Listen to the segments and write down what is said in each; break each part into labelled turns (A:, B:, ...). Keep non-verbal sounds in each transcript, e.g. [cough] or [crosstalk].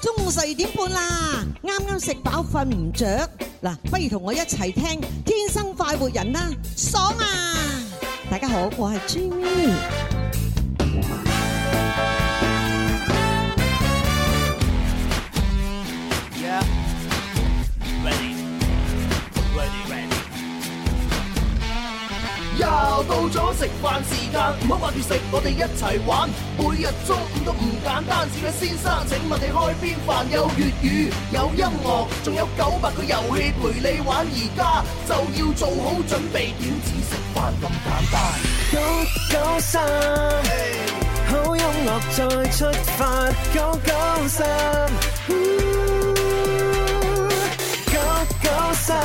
A: 中午十二點半啦，啱啱食飽瞓唔着，嗱，不如同我一齊聽《天生快活人》啦，爽啊！大家好，我係 Jimmy。
B: 又到咗食飯時間，唔好掛住食，我哋一齊玩。每日中午都唔簡單，小嘅先生，請問你開邊飯？有粵語，有音樂，仲有九百個遊戲陪你玩。而家就要做好準備，點止食飯咁簡單？
C: 九九三，好音樂再出發，九九三，嗯九九三，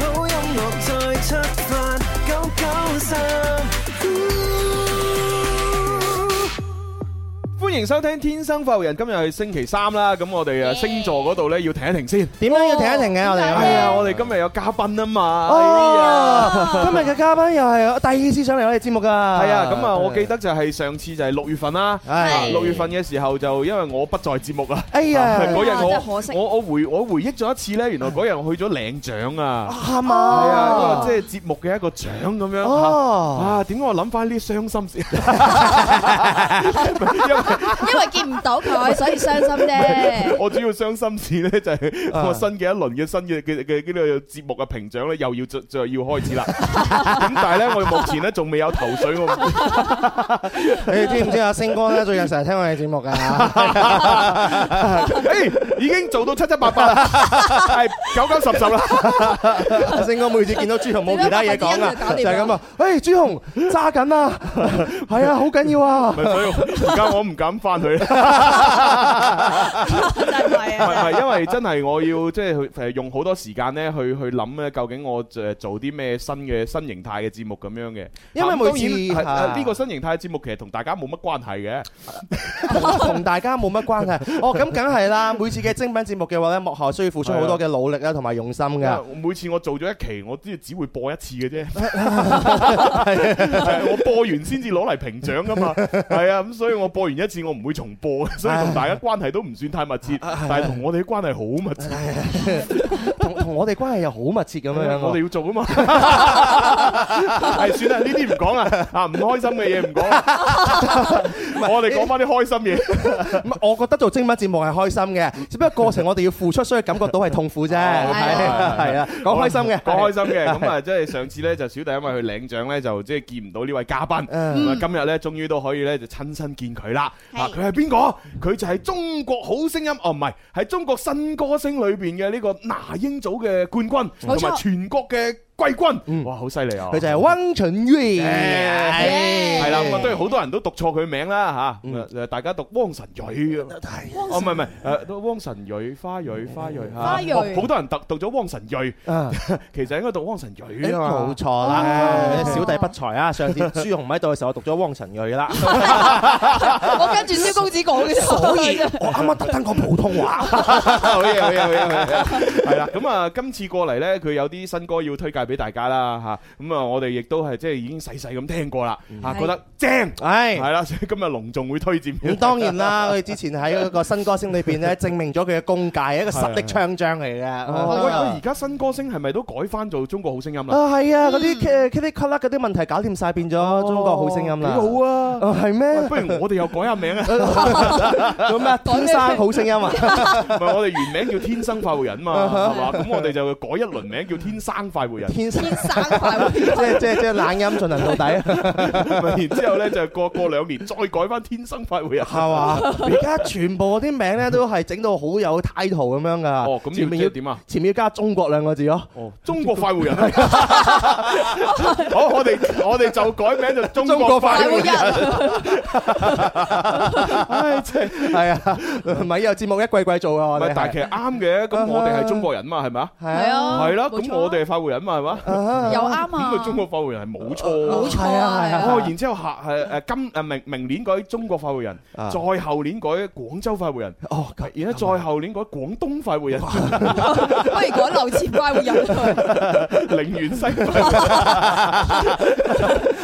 C: 好音樂再出發，九九三。
D: 歡迎收聽《天生快活人》，今日係星期三啦，咁我哋啊星座嗰度咧要停一停先。
E: 點樣要停一停嘅我哋
D: 係啊，我哋今日有嘉賓啊嘛。
E: 哦，今日嘅嘉賓又係第二次上嚟我哋節目㗎。
D: 係
E: 係
D: 啊，咁啊，我記得就係上次就係六月份啦。
E: 係
D: 六月份嘅時候就因為我不在節目啊。
E: 哎呀
D: [laughs] 嗰日
F: 真係可惜
D: 我我我回我回憶咗一次咧，原來嗰日我去咗領獎啊。
E: 係嘛？
D: 係啊，即係節目嘅一個獎咁樣。
E: 哦
D: 啊，點解我諗翻呢啲傷心事？
F: 因為見唔到佢，所以傷心啫。
D: [laughs] 我主要傷心事咧就係我新嘅一輪嘅新嘅嘅嘅呢個節目嘅評獎咧又要就就要開始啦。 [laughs] 咁但係咧我目前咧仲未有頭緒喎。 [laughs]
E: 你哋知唔知啊？星光咧最近成日聽我哋節目
D: [laughs]
E: 㗎。
D: 誒，已經做到七七八八啦，係九九十十啦。
E: 星光每次見到朱紅冇其他嘢講
F: 點解
E: 啊，
F: 百分之一
E: 就
F: 就搞掂
E: 係
F: 啦
E: 咁啊！誒，朱紅揸緊啊， [laughs] 係啊，好緊要啊
D: 咪！所以而家我唔敢翻去。
F: 真係
D: 唔係唔
F: 啊！
D: 係，因為真係我要即係去誒用好多時間咧去去諗咧，究竟我誒做啲咩新嘅新形態嘅節目咁樣嘅。
E: 因為
D: 啊
E: 每次
D: 咁當然
E: 啊
D: 係誒呢個新形態節目其實同大家冇乜關係嘅。
E: 同 [laughs] 同大家冇乜關係。哦，咁梗係啦，每次嘅精品節目嘅話咧，幕後需要付出好多嘅努力啦，同埋用心
D: 因為
E: 㗎。
D: 我每次我做咗一期，我都只會播一次嘅
E: [laughs]
D: 啫。係我播完先至攞嚟評獎噶嘛。係啊，咁所以我播完一次，我唔會重播，所以同大家關係都唔算太密切，但係同我哋嘅關係好密切。
E: 同同我哋關係又好密切咁樣樣喎。
D: 我哋要做
E: [laughs]
D: 啊嘛。係算啦，呢啲唔講啦，啊唔開心嘅嘢唔
E: [laughs]
D: 講啦。 [laughs] 我哋講翻啲開心嘢。
E: 唔係我覺得做精品節目係開心嘅，
D: 嗯
E: 只不過過程我哋要付出，所以感覺到係痛苦
D: 哦
E: 啫。係啊係啊，講開心嘅，
D: 講開心
E: [laughs]
D: 嘅。咁啊，即係上次咧就小弟因為去領獎咧就即係見唔到呢位嘉賓，
E: 嗯
D: 咁啊今日咧終於都可以咧就親身見佢啦。
F: 係
D: 啊，佢係邊個？佢就係中國好聲音哦，唔係，係中國新歌聲裏邊嘅呢個那英組嘅冠軍，同
F: 冇錯
D: 埋全國嘅季軍。哇，好犀利啊！
E: 嗯佢就係温蠢月，
D: Yeah
E: 係
D: 係啦，咁啊，當然好多人都讀錯佢名啦嚇，誒誒大家讀汪晨蕊咁，哦唔係唔係，誒都汪晨蕊、花蕊、花蕊嚇，
F: 花蕊
D: 哦好多人讀讀咗汪晨蕊，
E: 啊
D: [laughs] 其實應該讀汪晨蕊 [laughs] 啊嘛
E: 冇。錯啦，
D: 哦
E: 小弟不才啊！上次朱紅唔喺度嘅時候，我讀咗汪晨蕊
D: [laughs]
E: 啦，
F: 我跟住蕭公子講嘅，所以
E: 我啱啱特登講普通話。
D: 好嘢，好嘢，好嘢，好嘢係啦。咁啊，今次過嚟呢，佢有啲新歌要推介俾大家啦嚇。咁啊，我哋亦都係即係已經細細咁聽過啦，嚇覺得正，
E: 唉，
D: 係啦，所以今日隆重會推薦。
E: 咁當然啦，佢之前喺嗰個新歌聲裏邊咧，證明咗佢嘅功界，係一個實力唱將嚟嘅。
D: 喂，
E: 我
D: 哦喂
E: 覺得
D: 而家新歌聲係咪都改翻做中國好聲音啦？
E: 啊，係啊，嗰啲誒 kitty 卡啦嗰啲問題搞掂晒，變咗中國好聲音啦。
D: 哦幾好啊！
E: 啊，係咩？
D: 喂不如我哋又改下名啊！
E: 做 [laughs] 咩？天生好聲音啊！
D: 唔係我哋原名叫天生快活人嘛，係嘛？咁我哋就改一輪名叫天生快
E: [laughs]
D: 活人，
E: [laughs] 天生
F: 天生快活
E: 即係即係即係懶音進行到底，
D: 然之後咧就過過兩年再改翻天生快活人。
E: [laughs] 係嘛？而家全部嗰啲名咧都係整到好有 title 咁樣噶。
D: 哦，咁
E: 前
D: 要
E: 面
D: 即係點啊？
E: 前面要加中國兩個字咯。
D: 哦，中國快活人。 [laughs] 好，我哋我哋就改名就中國快
F: 快
D: 活
F: 活
D: 人。
E: [laughs]
F: 人，
D: 唉，真係。
E: 係啊，咪有節目一季季做啊！
D: 唔
E: 我
D: 係
E: 哋，
D: 但係其實啱嘅，咁我哋係中國人嘛，係咪啊？
E: 係
F: 係
E: 啊，
F: 啊，
D: 係啦，
F: 冇錯
D: 咁我哋係快活人嘛，係嘛？
F: 又啱
D: 咁
F: 啊
D: 佢！中國發匯人係冇錯喎。
F: 冇錯啊，
E: 係啊係啊
F: 係
D: 哦，
F: 啊
D: 然之後下誒誒今誒明明年改中國快活人，
E: 啊
D: 再後年改廣州快活人，
E: 哦，咁
D: 然之後再後年改廣東快活人，
F: 不如改樓前快活人啊，
D: [laughs] 寧願西快活人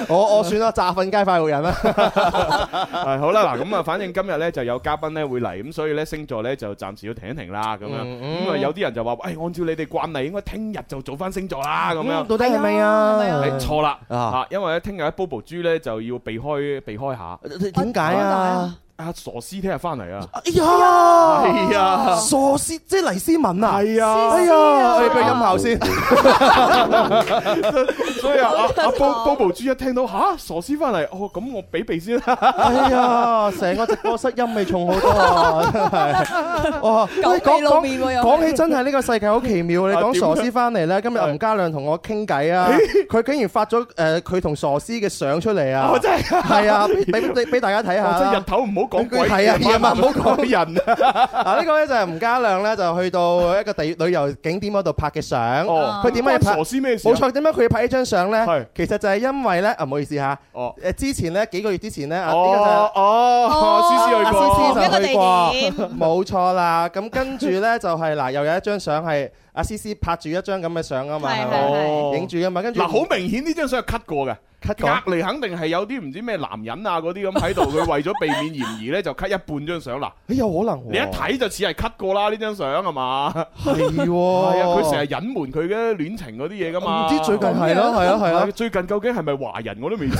E: 我我算啦，炸瞓街快活人啦。
D: 係好啦，嗱咁啊，反正今日咧就有嘉賓咧會嚟，咁所以咧星座咧就暫時要停一停啦，咁樣
E: 嗯
D: 咁啊有啲人就話，誒按照你哋慣例應該聽日就做翻星座啦，咁樣
E: 嗯。到底係咪
F: 係
E: 啊
F: 咪？
D: 你錯啦
E: 啊
D: 啊！因為咧，聽日咧，Bobo 豬咧就要避開避開下。
E: 點解啊？
D: 啊，傻師聽日翻嚟啊！
E: 哎呀，
D: 係啊，
E: 傻師即係黎思敏啊！
D: 係啊
E: 哎呀，我哋俾佢音效先。
D: 所以
E: [laughs]
D: 啊，阿阿 Bo- Bobo 豬一聽到吓傻師翻嚟，哦咁我俾避先啦。
E: 哎呀，成個直播室陰味重好多啊！真係哇，
F: 狗
E: 喂
F: 屁路面喎啊又
E: 講起真係呢個世界好奇妙，你
D: 啊
E: 講
D: 點
E: 傻
D: 啊
E: 師翻嚟咧，今日吳家亮同我傾偈啊，佢竟然發咗誒佢同傻師嘅相出嚟啊
D: [laughs] 我！哦真係，
E: 係啊，俾
D: [laughs]
E: 俾俾俾大家睇
D: 我
E: 下
D: 真係
E: 啦
D: 日。頭唔好講鬼，
E: 係啊夜晚唔好
D: 講人啊。
E: [laughs] 嗱，呢個咧就係吳家亮咧，就去到一個地旅遊景點嗰度拍嘅相。
D: 哦
E: 佢點解要
D: 關傻
E: 拍？
D: 師咩事啊？
E: 冇錯，點解佢要拍呢張
D: 係
E: 相咧？其實就係因為咧，啊唔好意思嚇，
D: 哦
E: 誒之前咧幾個月之前咧，啊呢個就係
D: 哦哦，思思去
E: 啊思思
D: 過
E: 就
F: 哦一個
E: 去
F: 地
E: 過
F: 點，
E: [laughs] 冇錯啦，咁跟住呢， [laughs] 就係嗱，又有一張相係阿思思拍住一張咁嘅相啊嘛，
F: 係
E: 係
F: 係
E: 咪
D: 哦
E: 影住噶嘛，跟住
D: 嗱，好明顯呢張相係 cut 過嘅。
E: cut
D: 隔離肯定係有啲唔知咩男人啊嗰啲咁喺度，佢為咗避免嫌疑咧就 cut 一半張相嗱，
E: 咦哎有可能喎
D: 你一睇就似係 cut 過啦呢張相係嘛？
E: 係喎，
D: 係啊，佢成日隱瞞佢嘅戀情嗰啲嘢噶嘛。
E: 哦唔知最近係咯係咯係
D: 係
E: 咯
D: [laughs] 啊，，最近究竟係咪華人我都
E: [laughs]
D: 未知。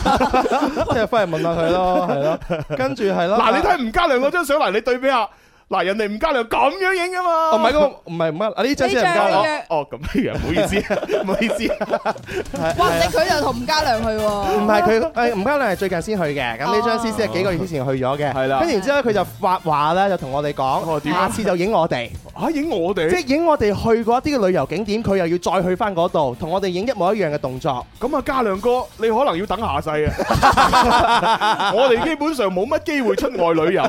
E: 即係翻嚟問下佢咯，係咯，跟住係咯，啊
D: 嗱，你睇吳家亮嗰張相嚟，你對比下，嗱人哋吳家亮咁樣影噶嘛。
E: 哦，唔係嗰個唔係唔係啊呢張先係唔
F: 呢
E: 得
F: 張
E: 啦，
D: 哦哦咁樣，唔好意思，唔好意思。
E: [laughs]
F: 哇！你佢就同吳家良去
E: 唔
F: 喎，
E: 係佢誒吳家亮係最近先去嘅，咁呢張
F: 哦
E: 思思係幾個月之前去咗嘅，
D: 係啦
E: 跟住然之後佢就發話咧，就同我哋
D: 哦
E: 講，
D: 點
E: 下次就影我哋。
D: 嚇影我
E: 即
D: 哋，
E: 係影我哋去過一啲嘅旅遊景點，佢又要再去翻嗰度，同我哋影一模一樣嘅動 [laughs] 作。
D: 咁啊家亮哥，你可能要等下世啊。 [laughs] 我哋基本上冇乜機會出外旅遊，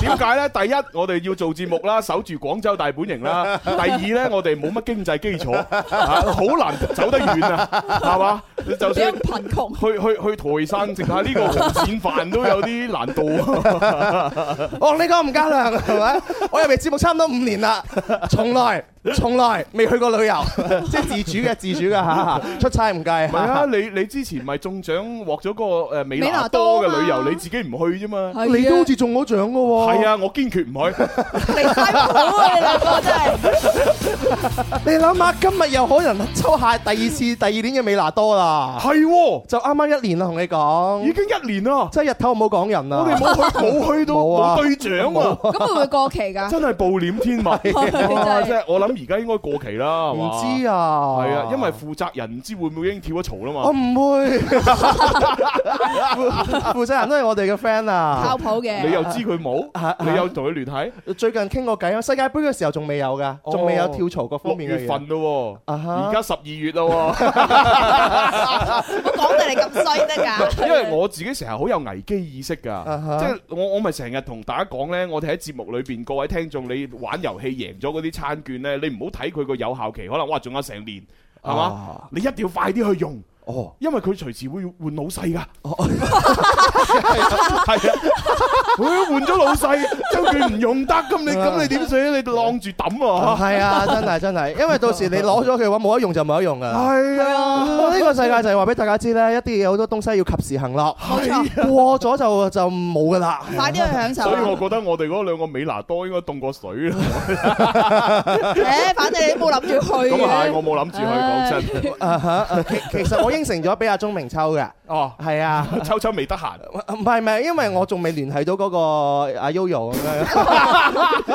D: 點解呢？第一，我哋要做節目啦，守住廣州大本營啦；第二呢，我哋冇乜經濟基礎，啊好難走得遠啊，係嘛？你就
F: 比較
D: 算。
F: 貧窮。
D: 去去去台山食下呢個紅鱔飯都有啲難度啊！
E: 哦，你講吳家亮係 [laughs] 咪？我入嚟節目差唔多五年啦，從 [laughs] 來從來未去過旅 [laughs] 遊，即係自主嘅自主嘅嚇，出差唔計
D: 唔係啊，
E: 嚇。
D: 你你之前咪中獎獲咗個誒美
F: 美
D: 拿
F: 拿
D: 多
F: 多
D: 嘅旅
F: 啊
D: 遊，
F: 嘛
D: 你自己唔去啫嘛。
F: 係啊
E: 你都好似中咗獎嘅喎。
D: 係，啊，我堅決唔去。
F: 你太好啊！你兩個真係，
E: 你諗下，今日又可能抽下第二次、第二年嘅美拿多啦，
D: 係喎，
E: [laughs] 就啱啱一年啦，同你
D: 已
E: 講，
D: 經一年啦，
E: 真係日頭唔好講人
D: 我哋
E: 啦。
D: 冇
E: [laughs]
D: 去冇去到
E: 冇啊
D: 冇對獎啊！
F: 咁會唔會過期㗎？
D: 真係暴殄
E: [laughs]
D: 天物，哇！
F: 係
D: 即係我諗而家應該過期啦，係
E: 啊唔
D: 嘛
E: 知啊，哦
D: 係啊，因
E: [laughs]
D: 為負責人唔知會唔會已經跳咗槽啦
E: 我
D: 嘛。
E: 唔會， [laughs] 負負責人都係我哋嘅 friend
F: 靠
E: 啊！
F: 譜嘅。
D: 你又知佢
E: [laughs]
D: 冇，你有同佢聯繫，
E: 最近傾過偈啊，世界盃嘅時候仲未有㗎，仲未有跳槽各方
D: 哦六
E: 面嘅
D: 月份
E: 嘢。
D: 咯喎，
E: 啊哈
D: 而家十二月啦喎。
E: [laughs]
F: 唔好講到你咁衰得㗎。
D: 因為我自己成日好有危機意識㗎
E: 啊哈
D: 即係我我咪成日同大家講呢，我哋喺節目裏邊各位聽眾，你玩遊戲贏咗嗰啲餐券呢，你唔好睇佢個有效期，可能哇仲有成年，係嘛
E: 啊？
D: 你一定要快啲去用。
E: 哦，
D: 因為佢隨時會換老細㗎， [laughs] 係啊，佢換咗老細，將佢唔用得，咁你咁你點算？你晾住抌啊！
E: 係啊，真係真係，因為到時你攞咗佢嘅話，冇得用就冇得用㗎啦。
D: [laughs] 係啊，
E: 呢個世界就係話俾大家知咧，一啲嘢好多東西要及時行樂，
D: 係啊，
E: 過咗就就冇㗎啦。
F: 快啲去享受
D: [laughs] 所以我
F: 啊！
D: 覺得我哋嗰兩個美拿多應該凍過水 [laughs] 啦。
F: 誒，反正你都冇諗住去
D: 咁啊係，我
F: 嘅。
D: 冇諗住去，講真。
E: 啊哈啊其其實我應承咗俾阿鐘明秋嘅，
D: 哦，
E: 係啊。
D: 秋秋未得 [laughs] 閒。
E: 唔係唔係，因為我仲未聯繫到嗰個阿 Yoyo 咁樣。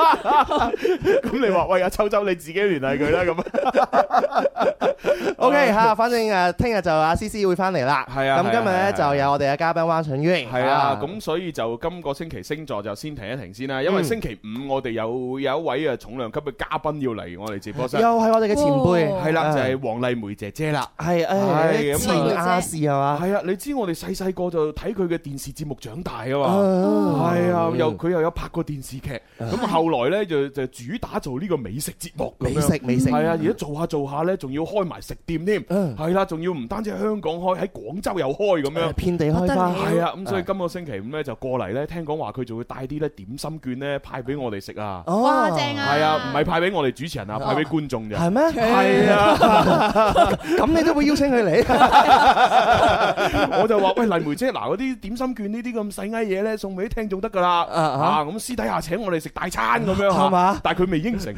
D: [laughs] 咁你話喂阿秋秋你自己聯繫佢啦 [laughs] 咁。
E: O K 嚇，反正誒，聽日就阿思思會翻嚟啦。
D: 係啊
E: 咁今日
D: 係啊係啊
E: 咧就有我哋嘅嘉賓汪晨淵。
D: 係啊，咁所以就今個星期星座就先停一停先啦，因為
E: 嗯
D: 星期五我哋有有一位啊重量級嘅嘉賓要嚟我哋直播室
E: 又，係我哋嘅前輩。
F: 哇
D: 係啦就係黃麗梅姐姐啦。
E: 係
D: 係咁
E: 誒前亞視係嘛？
D: 係啊，你知我哋細細個就睇佢嘅電視節目長大啊嘛。
E: 啊
D: 係啊，又又佢又有拍過電視劇，咁後來呢，就就主打做呢個美食節目咁樣。
E: 美食美食嗯
D: 係啊，而家做下做下呢，仲要開埋食店添，係啦，仲要唔單止喺香港開，喺廣州又開咁樣。
E: 遍地開花，
D: 係啊，咁所以今個星期五呢，就過嚟呢，聽講話佢就會帶啲呢點心券呢，派俾我哋食啊。
E: 哦
F: 哇，正啊！
D: 係啊，唔係派俾我哋主持人啊，派俾觀眾咋。
E: 係咩？
D: 係啊。
E: [laughs] 咁你都會邀請佢嚟？ [laughs]
D: 我就話：喂，麗梅姐，嗱嗰啲點心券呢啲咁細埃嘢咧，送俾啲聽眾得㗎啦。
E: 啊啊
D: 啊，咁私底下請我哋食大餐咁樣
E: [laughs] 係嘛
D: 但係佢未應承，
E: 你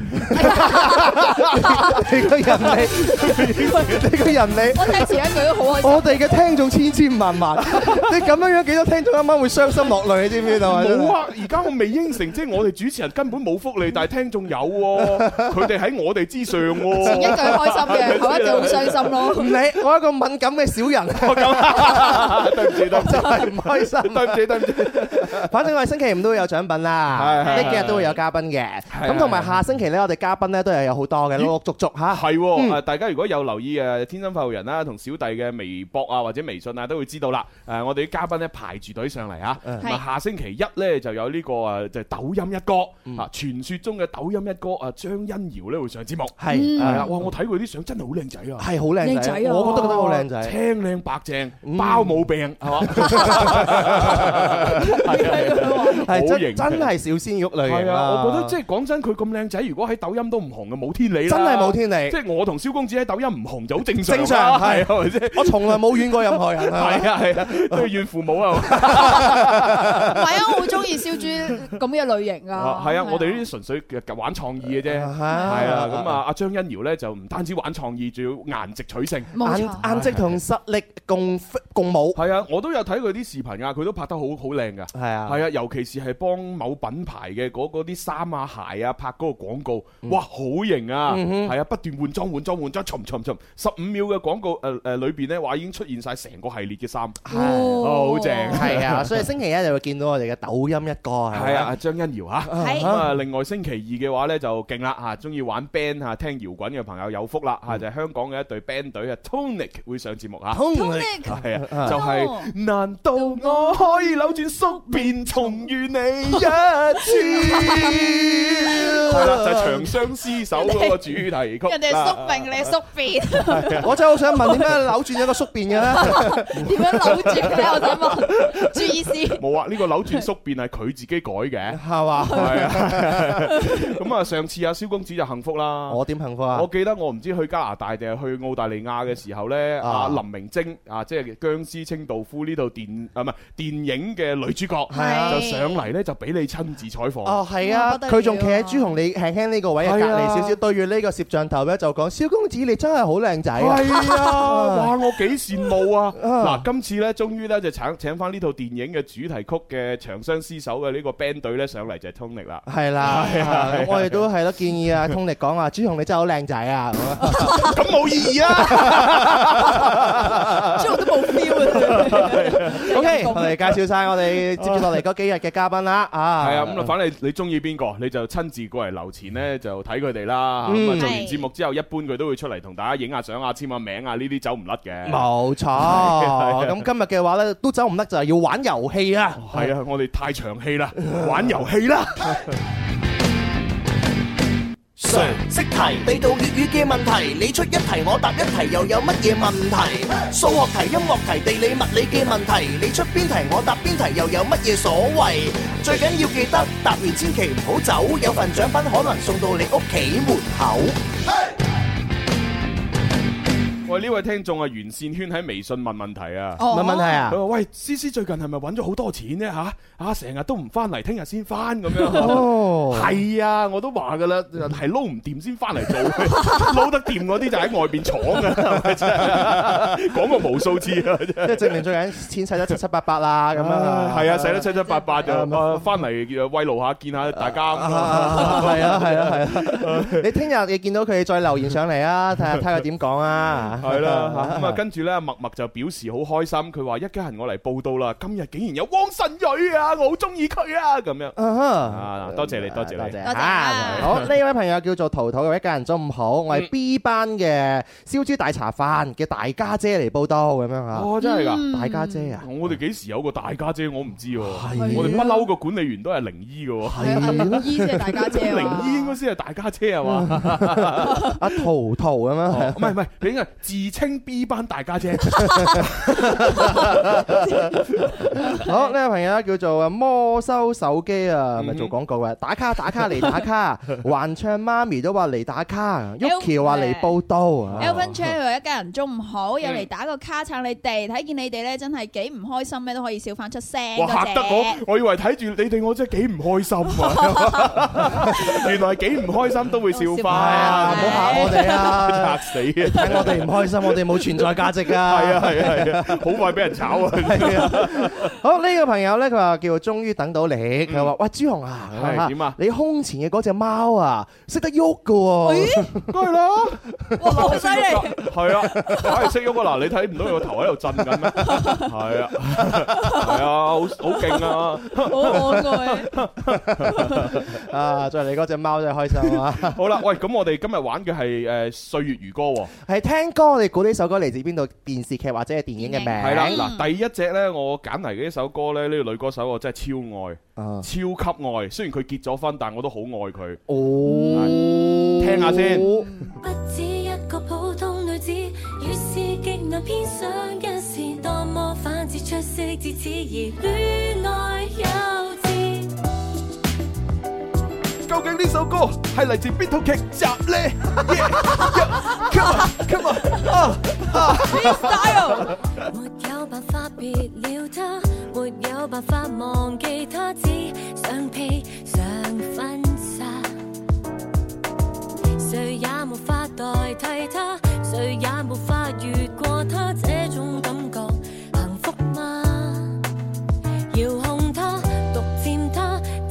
E: 個人嚟， [laughs] 你個人嚟。
F: 我睇前一句都好開心。
E: 我哋嘅聽眾千千萬
D: [laughs]
E: 萬，你咁樣樣幾多聽眾啱啱會傷心落淚，你知唔知道啊？
D: 冇啊！而家我未應承，即係我哋主持人根本冇福
E: [laughs]
D: 利，但係聽眾有喎，佢哋喺我哋之上
F: 前一句
D: 喎。
F: 開心嘅，後一句好傷心
E: 唔
F: 咯。
E: 理，我一個敏感嘅小
D: [laughs]
E: 人，
D: 我咁啊， [laughs] 對唔住，對唔
E: 真係唔開心。
D: 住，對唔住，對唔住。
E: 反正我哋星期五都會有獎品啦，
D: 係係
E: 呢幾日都會有嘉賓嘅。
D: 係
E: 咁同埋下星期咧，我哋嘉賓咧都係有好多嘅，陸陸續續嚇。
D: 係喎，啊大家如果有留意誒天生發育人啦，同小弟嘅微博啊或者微信啊，都會知道啦。誒，我哋啲嘉賓咧排住隊上嚟嚇，
E: 嗯
D: 咁啊
F: 係
D: 下星期一咧就有呢個誒就係抖音一
E: 嗯
D: 哥啊，傳説中嘅抖音一哥啊張欣瑤咧會上節目。
E: 係
D: 係
E: 係
D: 啊，
E: 啊
D: 哇！我睇佢啲相真係好靚仔啊！
E: 係好靚
F: 靚仔
E: 仔，
F: 啊
E: 我覺得佢都好靚仔。
D: 青靚白淨，
E: 嗯
D: 包冇病，係嘛？
E: 啊係
D: 好
E: 真
D: 型
E: 真係小鮮肉類型啊
D: 係
E: 啦
D: 啊！我覺得即係講真，佢咁靚仔，如果喺抖音都唔紅嘅，冇天理啦！
E: 真係冇天
D: 即
E: 理。
D: 係我同蕭公子喺抖音唔紅就好正常啦，
E: 正常係
D: 係咪先？
E: 我從來冇怨過任何人啊！
D: 係啊係啊，
E: [laughs]
D: 都要怨父母啊！
F: 唔係啊，我好中意燒豬咁嘅類型啊。
D: 係啊，我哋呢啲純粹嘅玩創意嘅
E: [laughs]
D: 啫。
E: 啊
D: 係啊，咁啊，阿張欣瑤咧就唔單止玩創意，仲要顏值取勝。
F: 冇
E: 眼
F: 錯。
E: 顏值同實力共共舞。
D: 係啊，我都有睇佢啲視頻啊，佢都拍得好好靚噶。
E: 係啊，
D: 係啊，尤其是係幫某品牌嘅嗰嗰啲衫啊、鞋啊拍嗰個廣告，
E: 嗯
D: 哇，好型啊！係啊，不斷換裝、換裝、換裝，重重重，十五秒嘅廣告，誒誒裏邊咧話已經出現晒成個系列嘅衫，
E: 係
D: 好正
E: 係啊，所以星期一就會見到我哋嘅抖音一哥係咪
D: 係啊，張欣瑤嚇。咁
F: 係
D: 啊，另外星期二嘅話呢，就勁啦嚇，中意玩 band 嚇、聽搖滾嘅朋友有福啦
F: 嗯
D: 嚇，就係香港嘅一隊 band 隊啊，Tonic 會上節目
F: [laughs]
D: 嚇。
E: Tonic
F: Tonic Oh
D: 係啊，就係難道我可以扭轉宿便重遇你一次？係啦，就係長相厮守嗰個主題曲。
F: Oh 人哋係縮命，你係縮變，
E: 我真係好想問點解扭轉咗個宿便嘅咧？
F: 點樣扭轉咧？我想問，注意
D: [laughs]
F: 思。
D: 冇啊，呢個扭轉宿便係佢自己改嘅。
E: 係嘛？
D: 係
F: [laughs]
D: 啊，咁啊，上次阿蕭公子就幸福啦。
E: 我點幸福啊
D: 我？記得我唔知去加拿大定係去澳大利亞嘅時候呢，阿、
E: 啊
D: 林明晶啊，即係《僵屍清道夫》呢套電啊唔係電影嘅女主角，
E: 係啊
D: 就上嚟呢，就俾你親自採訪。
E: 哦，係啊，
F: 哇不得了啊
E: 佢仲企喺朱紅你輕輕呢個位嘅
D: 係
E: 隔
D: 啊
E: 離少少，對住呢個攝像頭咧就講：蕭公子你真係好靚仔啊！
D: 係
E: [laughs]
D: 啊，哇！我幾羨慕啊！
E: 啊
D: 嗱，今次呢，終於呢，就請請翻呢套電影嘅主題曲嘅《長相厮守》嘅呢個 band 隊呢，上嚟就係 Tony
E: [laughs]
D: 啦。
E: 係啦，啊我哋都係咯，建議啊，通力講啊，朱紅你真係好靚仔
D: [laughs]
E: 啊！
D: 咁冇意義啊！
F: 朱紅都冇 feel 啊！
E: OK，我哋介紹晒我哋接住落嚟嗰幾日嘅嘉賓啦，啊，
D: 係啊，咁啊，反正你中意邊個，你就親自過嚟留錢呢，就睇佢哋啦。咁啊，
E: 嗯
D: 做完節目之後，一般佢都會出嚟同大家影下相啊、簽下名啊，呢啊啲走唔甩嘅。
E: 冇錯。咁今日嘅話咧，都走唔得就係要玩遊戲啊！
D: 係啊，我哋太長氣
E: [laughs]
D: 啦，玩遊戲啦。
B: 常識題，地道粵語嘅問題，你出一題我答一題，又有乜嘢問題？數學題、音樂題、地理物理嘅問題，你出邊題我答邊題，又有乜嘢所謂？最緊要記得答完千祈唔好走，有份獎品可能送到你屋企門口。
D: 喂，呢位聽眾啊，袁善圈喺微信問問題啊。
E: 乜問題啊
D: 佢？話：喂，思思最近係咪揾咗好多錢呢？吓啊，成日都唔翻嚟，聽日先翻咁樣。
E: [laughs] 哦，
D: 係啊，我都話噶啦，係撈唔掂先翻嚟
E: [laughs]
D: 做，撈得掂嗰啲就喺外邊闖啊，係咪真係講過無數次啊，真係
E: [laughs] 即係證明最近錢使得七七八八啦，咁樣
D: 啊，係啊，使得
E: 七，
D: 七七八八
E: [laughs]
D: 就啊翻嚟慰勞下，見下大家。啊 [laughs]
E: 啊係啊，係啊，係啊！你聽日你見到佢再留言上嚟啊，睇下睇下佢點講啊！
D: 係
E: [laughs]
D: 啦，嚇咁啊，跟住咧，默默就表示好開心，佢話一家人我嚟報到啦，今日竟然有汪晨蕊啊，我好中意佢啊，咁樣啊，多謝你，多謝你，
F: 多謝。
E: 啊
D: 嗯
E: 好，呢位朋友叫做淘淘，一家人中午好，我係 B 班嘅燒豬大茶飯嘅大家姐嚟報道，咁樣啊。
D: 哦，真係㗎！
E: 大家姐啊？
D: 我哋幾時有個大家姐？我唔知喎。
E: 係
D: 我哋不嬲個管理員都係玲姨嘅喎。
F: 係啊靈姨先係大家姐啊嘛
D: 玲姨應該先係大家姐係嘛？
E: 啊阿淘淘咁樣，
D: 哦唔係唔係，你應該係自稱 B 班大家姐。
E: 好，呢位朋友叫做啊，魔修手機啊，
D: 嗯
E: 咪
D: 哼。 [laughs]
E: 做廣告啊，打卡，打卡，嚟打卡，環唱媽咪都話嚟打卡，Yuki話嚟報道啊。
F: Elvin Chan 佢話一家人中午好，
D: 嗯
F: 又嚟打個卡撐你哋，睇見你哋咧真係幾唔開心咩都可以笑翻出聲。
D: 哇嚇得我，我以為睇住你哋我真係幾唔開心啊！原來幾唔開心都會笑
F: 笑
D: 花， [laughs]
F: 花
E: 係啊，唔好嚇我哋啊。
D: 嚇死啊！
E: 我哋唔開心，我哋冇存在價值㗎。
D: [laughs] 係啊係啊係啊，好快俾人炒啊！
E: 好，呢個朋友呢，佢話叫做終於等到你，佢話，喂，朱紅啊，
D: 嗯係，
E: 咁啊，
D: 點啊？
E: 你胸前嘅嗰隻貓啊，識得喐㗎喎。
D: [laughs]
E: [laughs]
D: 梗係啦，
F: 哇好犀
D: [laughs]
F: 利，
D: 係啊，梗係識喐啊！嗱，你睇唔到佢個頭喺度震緊咩？係啊，係啊，好好勁啊！
F: 好可愛。
E: 啊，再嚟嗰隻貓真係開心啊。
D: [laughs] 好啦，喂，咁我哋今日玩嘅係诶《歲月如歌》喎，
E: 係，聽歌，你估呢首歌嚟自邊度電視劇或者係電影嘅名？
D: 係啦，嗱，第一隻呢，我揀嚟嘅一首歌呢，呢個女歌手我啊真係
E: 啊
D: 超愛，超級愛。雖然佢結咗婚，但我都好愛佢。
E: 哦。
D: 聽下先。
E: 嗯
G: 不止一個普通女子，越是極難偏上一線，多麼反智出色至此而戀愛幼稚。
D: 究竟呢首歌係嚟自邊套劇集呢？
G: [laughs]
D: 啊
F: Freestyle，
G: 沒有辦法別了他，沒有辦法忘記他，只想披上婚紗，誰也無法代替他，誰也無法越過他，這種感覺幸福嗎？遙控他，獨佔他，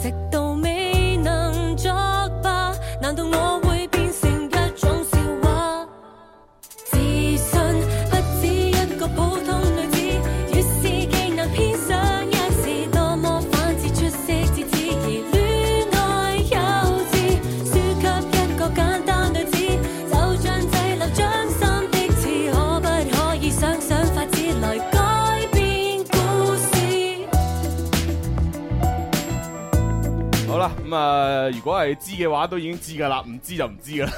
G: 直到未能作罷，難道我會變成一種笑話？自信不止一個普通女子，越是技能偏上一時，多麼反智出色，至此而戀愛幼稚，輸給一個簡單女子，就像滯留掌心的刺，可不可以想想法子來改變故事？
D: 好啦，咁啊，如果係知嘅話，都已經知㗎啦，唔知就唔知㗎啦。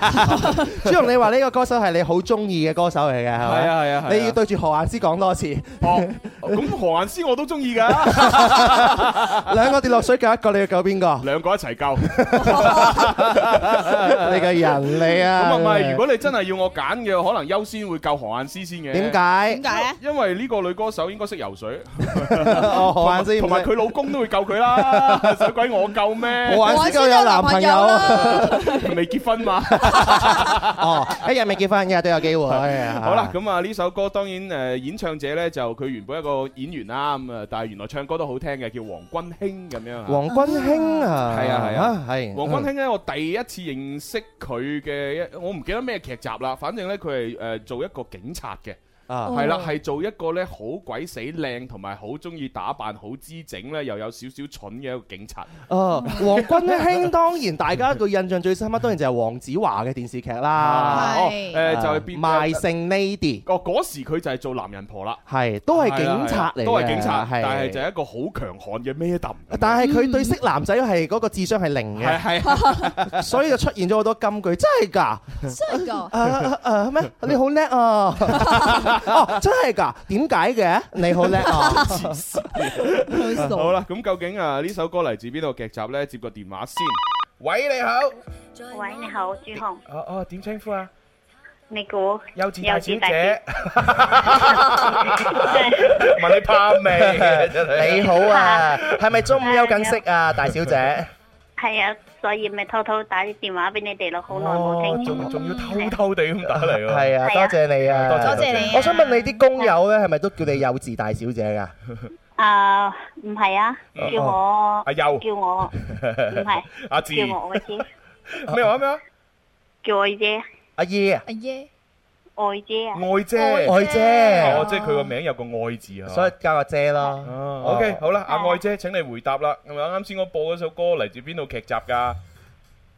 D: [laughs]
E: 朱紅，你話呢個歌手係你好鍾意嘅歌手嚟嘅，係咪？
D: 係啊，係啊，係啊。
E: 你要對住何雁詩講多次， [laughs]
D: 哦，咁何雁詩我都中意㗎， [laughs]
E: 兩個跌落水救一個，你要救邊個？
D: 兩個一齊救。
E: 你個人嚟啊。
D: 咁啊唔係，如果你真係要我揀嘅，可能優先會救何雁詩先嘅。 [laughs]
E: 點解？？
F: 點解咧？
D: 因為呢個女歌手應該識游水，
E: 哦，何雁詩唔識。
D: 同埋佢老公都會救佢
E: [laughs]
D: 啦，使鬼我救咩？
E: 何雁詩都有男朋友。
F: 啦，
D: 未結婚
E: [laughs]
D: 嘛。 [laughs]
E: 哦，一日未結婚，一日都有機會。
D: 好啦，咁啊呢首歌當然誒演唱者咧就佢原本一個演員啦，咁啊但係原來唱歌都好聽嘅，叫黃君興咁樣啊。
E: 黃君興啊。
D: 係啊，係啊。
E: 啊，係。
D: 黃君興咧，我第一次認識佢嘅一，我唔記得咩劇集啦，反正咧佢係誒做一個警察嘅。
E: 啊，
D: 係啦，係做一個咧好鬼死靚，同埋好中意打扮、好知整咧，又有少少蠢嘅一個警察。
E: 哦，黃君興當然大家個印象最深刻，當然就係黃子華嘅電視劇啦。
D: 啊哦，
F: 係
D: 誒就係變
E: 賣剩 lady
D: 哦，嗰時佢就係做男人婆啦，
E: 係都係警察嚟嘅，
D: 都係警察，但係就
E: 係
D: 係一個好強悍嘅 madam 咁樣。
E: 但係佢對識男仔係嗰個智商係零
D: 係
E: 嘅，
D: 係
E: [laughs] 所以就出現咗好多金句，真
D: [laughs]
E: 係㗎。
F: 真係㗎。
E: 啊啊啊咩？你好叻啊！哦，真係㗎，點解嘅？你好叻啊！
D: 好啦，咁究竟啊呢首歌嚟自邊度劇集呢？接個電話先。喂，你好。
H: 喂，你好，朱紅，
D: 哦哦，點稱呼啊？
H: 你
D: [laughs]
H: 估 [laughs]
D: 幼稚
H: 大小姐。
D: 問你怕
H: [laughs]
D: 未？真係
E: 你好
D: [laughs]
E: 啊，係咪中午休緊息啊，大小姐？
H: 係啊，所以咪偷偷打啲電話俾你哋咯，好耐冇聽
D: 仲
H: 過。
D: 仲要偷偷地咁打嚟喎。
E: 係啊，
H: 係
E: 多
H: 啊
E: 謝你啊，
D: 多謝多
F: 謝你啊
E: 我想問你啲工友咧，係咪都叫你幼稚大小姐㗎？
H: 啊，唔係啊，
D: Ờ.
H: 叫我
D: 阿優
H: 叫我唔係
D: [laughs] 阿志
H: 叫我嘅
D: [laughs]
H: 啫，
D: 咩話咩話？
H: 叫我嘅啫，
E: 阿姨啊。
F: 阿耶，
H: 愛姐啊，
D: 愛姐，
E: 愛
D: 哦，
E: 姐，
D: 即係佢個名有個愛字啊。
E: 所以加個姐咯。
D: 哦，OK，好啦，阿愛姐，請你回答啦。咁啊，啱先我播嗰首歌嚟自邊套劇集㗎？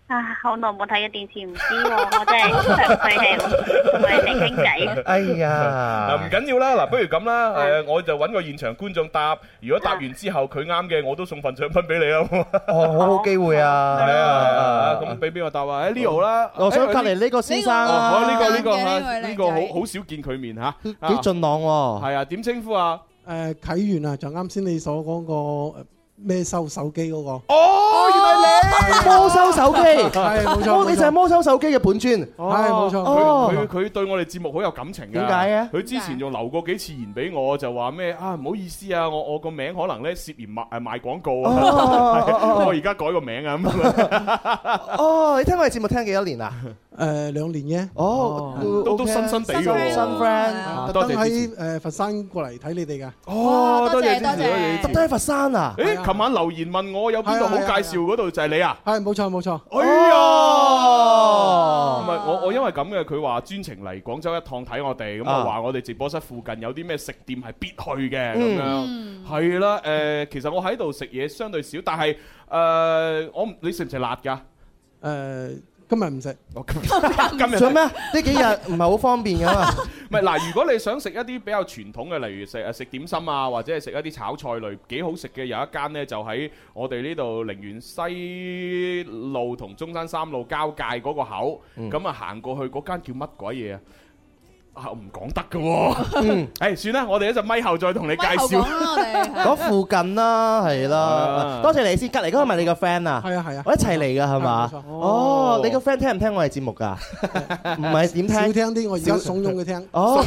H: 啊，好耐冇睇嘅電視唔知喎，我真係想佢氣，同佢哋傾偈。
E: 哎
D: [laughs] 嗱，唔
E: 呀，
D: 緊要啦，嗱，不如咁啦，誒，我就揾個現場觀眾答，如果答完之後佢啱嘅，我都送份獎品俾你啦。
E: 哦，好好機會啊！
D: 係啊，咁俾邊個答啊？誒，Leo 啦，
E: 我想
D: 誒
E: 哦隔離呢個先生
D: 哦，好呢
E: 啊，
D: 個呢個
F: 靚仔
D: 嚇
F: 呢位
D: 呢個好
F: 靚仔
D: 好少見佢面嚇，
E: 幾俊朗喎。
D: 係啊，點稱呼啊？
I: 誒啟源啊，就啱先你所講個呃咩收手機嗰個，
E: 哦，原來你魔修手機，
I: 係冇錯
E: 哦，你就係魔修手機嘅本尊。
I: 係冇錯。
E: 哦
D: 佢佢佢對我哋節目好有感情㗎。
E: 點解嘅
D: 佢之前仲留過幾次言俾我，就話咩啊唔好意思啊，我我個名可能咧涉嫌賣誒賣廣告
E: 哦
D: 啊，我
E: 哦
D: 而家改個名啊
E: [laughs]
D: 咁，
E: 哦哦，你聽我哋節目聽幾多年啊？
I: 誒兩年
E: 哦，
D: 都都新新地
F: 新
D: 㗎喎。
E: 新
F: 啊
I: 嘅，
E: friend，
I: 特
D: 多
I: 登
D: 謝支
I: 喺誒佛山過嚟睇你哋㗎。
D: 哦，
F: 哇多謝
D: 支
F: 多
D: 持
F: 謝
D: 支持
E: 特登喺佛山啊！
I: 係
D: 誒，
I: 啊
D: 琴晚留言問我有邊度好介紹嗰度就係你啊！
I: 係冇錯冇錯，
D: 哎呀！唔
F: 哦
D: 係我我因為咁嘅，佢話專程嚟廣州一趟睇我哋，咁
E: 啊
D: 啊話我哋直播室附近有啲咩食店係必去嘅咁
E: 嗯
D: 樣，係啦誒，其實我喺度食嘢相對少，但係誒我唔你食唔食辣㗎？
I: 誒今日唔食，
D: 我今日
E: [laughs]
D: 今日
E: 做咩？啊呢幾日唔係好方便噶嘛？
D: 唔係嗱，如果你想食一啲比較傳統嘅，例如食誒食點心啊，或者係食一啲炒菜類幾好食嘅，有一間呢就喺我哋呢度寧園西路同中山三路交界嗰個口，
F: 嗯
D: 咁啊行過去嗰間叫乜鬼嘢啊？啊，唔講得嘅喎。 [laughs]
E: 嗯，
D: 誒，算啦，我哋一陣咪後再同你介
F: 咪後
D: 紹。
F: 講啦，我
E: [laughs]
F: 哋
E: 嗰附近啦，係啦
D: 啊。
E: 多謝你先，隔離嗰個係咪你個 friend 啊？
I: 係啊係啊，
E: 我一齊嚟㗎係嘛
I: 係冇？錯
E: 哦，你個 friend 聽唔聽我哋節目㗎？唔係點
I: 少
E: 聽？
I: 聽啲，我而家慫恿佢聽。
E: 哦，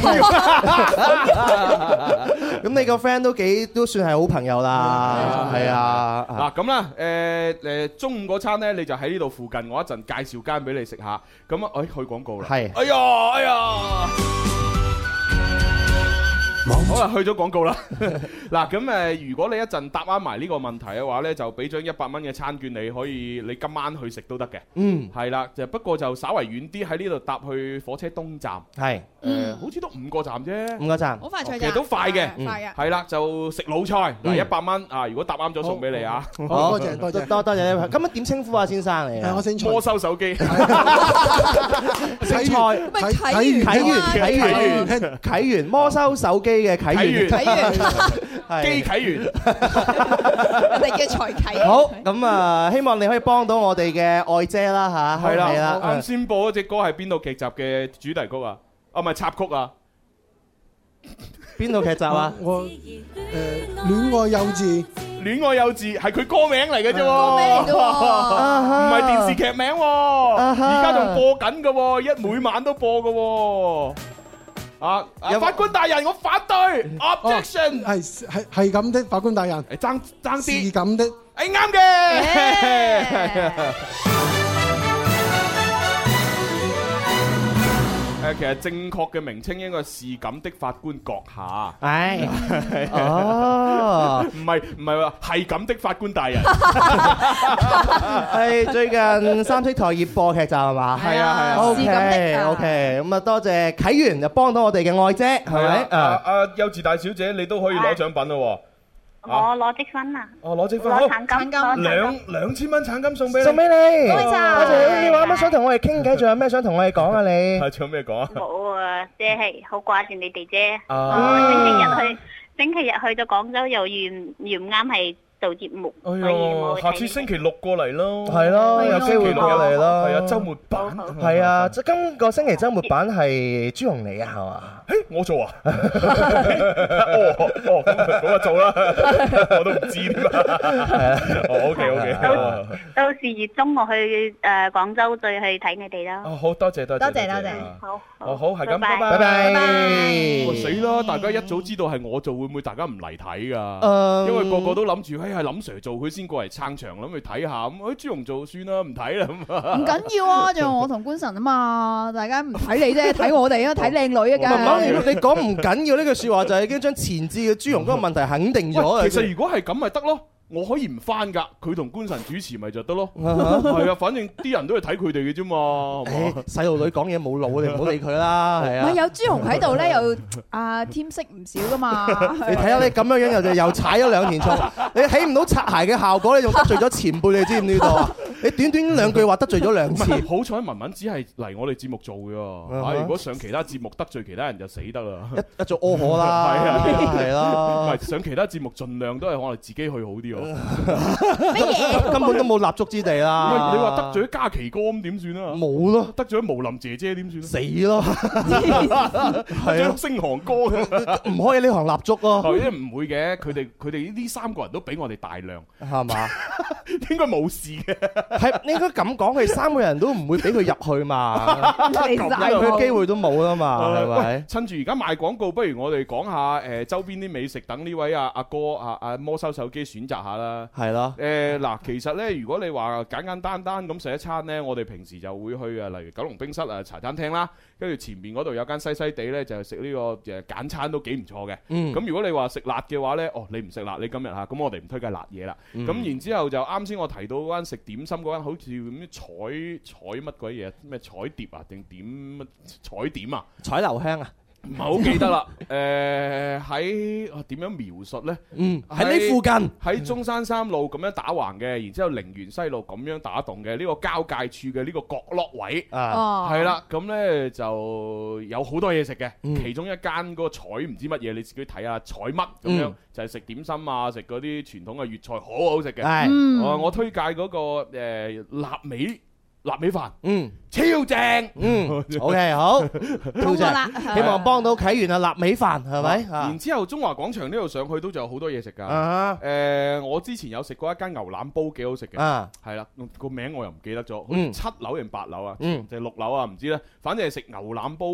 E: [laughs] 咁你個 friend 都幾都算係好朋友啦，係啊。
D: [laughs] 嗱咁啦，誒、誒，中午嗰餐呢，你就喺呢度附近，我一陣介紹間俾你食下。咁啊，誒、去廣告啦。
E: 係
D: 哎呀，哎呀。好啦，去咗廣告啦。 [laughs] 嗱，咁誒，如果你一陣答啱埋呢個問題嘅話呢，就俾張一百蚊嘅餐券，你可以你今晚去食都得嘅。
E: 嗯，
D: 係啦，就不過就稍為遠啲，喺呢度搭去火車東站，誒、呃
E: 係
F: 嗯
D: 好似都五個站啫。
E: 五個站
F: 好。快脆
D: 其實
F: 咋，
D: 都快嘅
F: 係啊快嘅。
D: 係啦，就食老菜，嗱
E: 嗯
D: 一百蚊啊！如果答啱咗送俾你啊！
E: 好
I: 好多謝多謝。
E: 多多謝你。咁點稱呼啊，先生你
I: 誒
E: 啊
I: 我？姓徐，
D: [laughs] 摩收手機，
E: 姓蔡。
F: 咪
I: 睇
E: 啟
F: 睇完
E: 源，
F: 啊
E: 啟
D: 啟
E: 源，
D: 源
I: 聽
E: 啟源，魔修手機嘅啟源，
D: 啟
F: 睇完，
D: 機
E: 係
D: 啟源，
F: 我哋嘅才啟。
E: 好咁啊！希望你可以幫到我哋嘅愛姐啦吓，
D: 係啦，
E: 係
D: 我啱
E: 啦，嗯
D: 先播嗰只歌係邊套劇集嘅主題曲啊？啊，唔係插曲啊！
E: 邊套劇
D: [laughs]
E: 集啊？
I: 我誒戀愛幼稚，
D: 戀愛幼稚係佢歌名嚟嘅啫
F: 嗯歌名嚟嘅
D: 喎，
F: 喎
D: 唔係電視劇名喎，
E: 哈
D: 而家仲播緊嘅喎，一每晚都播嘅喎。啊，啊
E: 有冇
D: 法官大人，我反對，objection，
I: 係係係咁的，法官大人
D: 誒爭爭
I: 是
D: 啲，
I: 咁的。
D: 誒啱 [laughs] 嘅。
F: 耶
D: 誒，其實正確嘅名稱應該係是咁的法官閣下。
E: 唉，哦，
D: [laughs] 唔係唔係話係咁的法官大人，
E: 係最近三色台熱播劇集係嘛？
D: 係啊係啊
E: O
F: 是咁的
E: K
F: 啊
E: O K，咁啊多謝啟源就幫到我哋嘅愛姐，係咪？
D: 啊
E: 啊，
D: 啊幼稚大小姐，你都可以攞獎品咯
H: 我攞積分啊，
D: 喎！哦，攞積分，
H: 攞
D: 好
H: 橙金，攞橙金。
D: 兩兩千蚊橙金送俾你。
E: 送俾你，
F: 多謝
E: 多謝你話乜想同我哋傾偈，仲有咩想同我哋講啊你？
D: 係唱咩講啊？
H: 冇啊，即係好掛住你哋啫。
D: Ờ.
H: Ờ,
E: 啊
H: 星期日去，星期日去咗廣州又遇唔遇唔啱係做節目，
D: 哎
H: 所以冇
D: 呀，
H: 睇
D: 下次星期六過嚟咯。
E: 係咯，有機會過嚟咯。
D: 係啊，週末版。
E: 係啊，即係今個星期週末版係朱紅你啊，係
D: [laughs]
E: 嘛？
D: 誒，我做啊？哦哦，咁咁啊做啦， [laughs] 我都唔知添啊。哦，OK 哦 OK。
H: 到時月中我去誒廣州再去睇你哋啦。
D: 啊，好多謝多謝
F: 多謝多謝
H: 好，
D: 哦，好，係咁，
H: 拜
D: 拜
H: 拜
E: 拜拜。嗯
D: 哇死啦！大家一早知道係我做，會唔會大家唔嚟睇噶？
E: 誒
D: 因為個個都諗住，哎呀，林 Sir 做佢先過嚟撐場，諗去睇下咁。哎，朱紅做算啦，唔睇啦咁啊。
F: 唔緊要啊，仲有我同官神啊嘛，大家唔睇你啫，睇我哋啊，睇靚女
E: 慢
F: 啊，
E: 慢
F: 梗係。
E: 你講唔緊要呢句説話，就已經將前置嘅朱紅嗰個問題肯定咗啦。啊
D: 喂其實如果係咁咪得咯，我可以唔翻噶，佢同官神主持咪就得咯。係啊，反正啲人都係睇佢哋嘅啫嘛，係嘛？
E: 細路女講嘢冇腦，你唔好理佢啦，係啊
F: 唔係。有朱紅喺度咧，又啊添色唔少噶嘛。
E: 你睇下你咁樣樣又就又踩咗兩年錯，你起唔到擦鞋嘅效果，你仲得罪咗前輩，你知唔知道
D: [laughs]
E: 啊？你短短兩句話得罪咗兩
D: 唔 [laughs]
E: 次，
D: 係好彩文文只係嚟我哋節目做嘅
E: 嗯
D: 喎，
E: 哼
D: 啊如果上其他節目得罪其他人就死得啦。
E: 一一做阿可啦，
D: 係啊係啊
E: 係
D: 唔
E: 啦，
D: 係上其他節目，盡量都係我哋自己去好啲喎。
E: 根本都冇立足之地啦。
D: 喂你話得罪咗嘉琪哥咁點算啊？
E: 冇咯，
D: 得罪咗毛林姐姐點算
E: 死
D: [laughs]
E: 咯，
D: 啊？得罪
E: 係
D: 咗星航哥嘅。 [laughs]
E: 啊，唔可以呢行立足咯，
D: 因為唔會嘅，佢哋佢哋呢三個人都俾我哋大量，
E: 係嘛？
D: 應該冇事嘅。
E: 係應該咁講，佢哋三個人都唔會俾佢入去嘛，
F: 你
E: 嗌佢嘅機會都冇啦 [laughs] 嘛，啊係
D: 啊喂
E: 咪？
D: 趁住而家賣廣告，不如我哋講下誒周邊啲美食，等呢位啊阿哥啊啊魔修手機選擇下啦。
E: 係咯。
D: 誒嗱，其實咧，如果你話簡簡單單咁食一餐咧，我哋平時就會去誒，例如九龍冰室啊茶餐廳啦，跟住前面嗰度有間西西地咧，就係食呢個誒簡餐都幾唔錯嘅。
E: 嗯
D: 咁如果你話食辣嘅話呢，哦，你唔食辣，你今日嚇，咁我哋唔推介辣嘢啦。
E: 嗯
D: 咁、然之後就啱先我提到嗰間食點心嗰間，好似咁彩彩乜鬼嘢，咩彩碟啊定點乜彩點啊，
E: 彩留香啊，
D: 唔係好記得啦。誒喺啊點樣描述呢？
E: 嗯，
D: 喺
E: 喺呢附近。
D: 喺中山三路咁樣打橫嘅，然之後陵園西路咁樣打洞嘅，呢、個交界處嘅呢個角落位。
E: 啊，
F: 哦，
D: 係啦，咁呢就有好多嘢食嘅，
E: 嗯
D: 其中一間嗰個彩唔知乜嘢，你自己睇下彩乜咁
E: 嗯
D: 樣，就係食點心啊，食嗰啲傳統嘅粵菜，好好食嘅。
E: 係，
F: 嗯，
D: 啊我推介嗰個誒臘味臘味飯，
E: 嗯
D: 超正。
E: [laughs] 嗯，OK，好，
F: 通
E: 多
F: 過
E: 謝，
F: 啦，
E: 希望幫到啟源啊，臘味飯係咪
D: 然之後中華廣場呢度上去都仲有好多嘢食
E: 啊？
D: 㗎。
E: 啊
D: 誒，我之前有食過一間牛腩煲，幾好食嘅。
E: 啊，
D: 係啦，個名我又唔記得咗，好
E: 嗯
D: 似七樓定八樓啊，
E: 嗯，
D: 定六樓啊，唔知咧。反正係食牛腩煲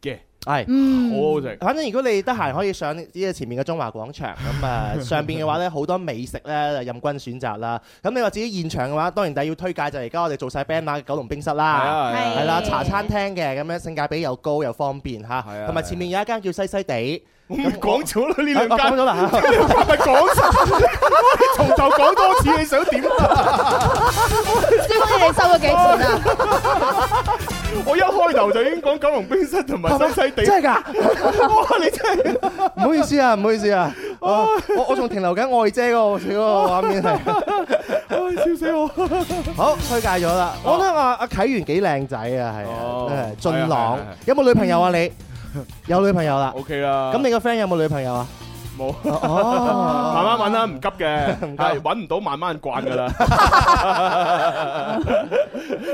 D: 嘅，
E: 係。
F: 嗯，
D: 好好食。
E: 反正如果你得閒可以上呢個前面嘅中華廣場咁啊， [laughs] 上邊嘅話咧好多美食咧任君選擇啦。咁你話自己現場嘅話，當然第一要推介就係而家我哋做晒 banner 嘅九龍冰室
D: 係
E: 啦。
D: 啊，係啊
E: 係啦，茶餐廳嘅咁樣性價比又高又方便嚇，
D: 係啊
E: 同埋前面有一間叫西西地，
D: 我咪講咗啦，呢
E: 啊
D: 兩
E: 我講
D: [laughs] 間
E: 咗啦嚇。
D: 咪講晒，我哋從頭講多次，你想點啊？
F: 蕭公子你收咗幾錢啊？
D: 我一開頭就已經講九龍冰室同埋西西地，
E: 真係㗎，
D: 哇！你真係
E: 唔好意思啊，唔好
D: [laughs]
E: 意思啊，我我我仲停留緊愛姐嗰個嗰個
D: [laughs]
E: 畫面係，
D: 唉笑死我。
E: [laughs] 好推介咗啦。我覺得阿阿啟源幾靚仔啊，係
D: 哦
E: 啊，
D: 係啊係
E: 俊
D: 啊
E: 朗
D: 係啊，
E: 有冇女朋友啊你？有女朋友啦，
D: O K 啦，
E: 咁你個 friend 有冇女朋
D: [laughs]
E: 友啊？
D: 冇。
E: 哦，
D: 慢慢揾啦，唔急嘅，
E: 急
D: 係揾唔到慢慢慣噶啦。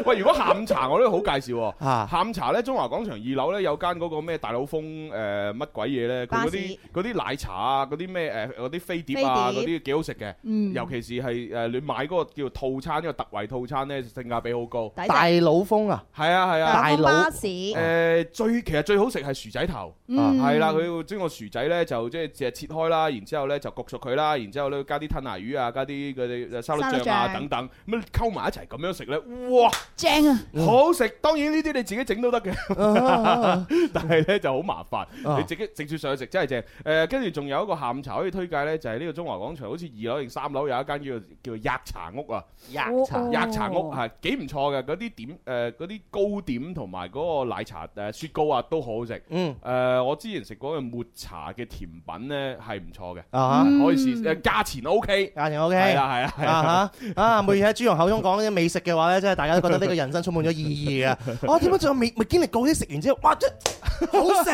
D: 喂，如果下午茶我都好介紹喎。
E: 啊
D: 下午茶咧，中華廣場二樓咧有間嗰個咩大老峰誒乜鬼嘢咧，佢嗰啲嗰啲奶茶啊，嗰啲咩誒嗰啲飛碟啊，嗰
F: 飛
D: 啲幾好食嘅。
F: 嗯，
D: 尤其是係誒你買嗰個叫套餐，呢個特惠套餐咧，性價比好高。
F: 抵
E: 大佬風啊，
D: 係啊係啊。
E: 大佬
F: 巴士，
D: 誒最其實最好食係薯仔頭，
F: 嗯
D: 係啦，佢會將個薯仔咧就即係切切開啦，然之後咧就焗熟佢啦，然之後咧加啲吞拿魚啊，加啲嗰啲沙律醬啊
F: 沙律醬
D: 等等，咁溝埋一齊咁樣食咧，哇，
F: 正啊，
D: 好食！當然呢啲你自己整都得嘅，
E: 嗯啊
D: [laughs] 但係咧就好麻煩，
E: 啊
D: 你直接直接上去食真係正。誒，跟住仲有一個下午茶可以推介咧，就係呢個中華廣場，好似二樓定三樓有一間叫做叫做壓茶屋啊，
E: 吔茶
F: 哦
D: 壓茶屋係幾唔錯嘅，嗰啲點誒嗰啲糕點同埋嗰個奶茶誒雪糕啊都好好食。
E: 嗯
D: 誒、我之前食過嘅抹茶嘅甜品呢，係唔錯嘅，
E: 啊
F: 嗯
D: 可以試。誒，價錢 O K，
E: 嚇，價錢 OK。
D: 係啦係啦係啦。
E: 啊嚇！啊，每次喺朱紅口中講啲美食嘅話咧，真係大家都覺得呢個人生充滿咗意 [laughs] 義嘅。啊，點解仲有未未經歷過啲食完之後，哇！真好食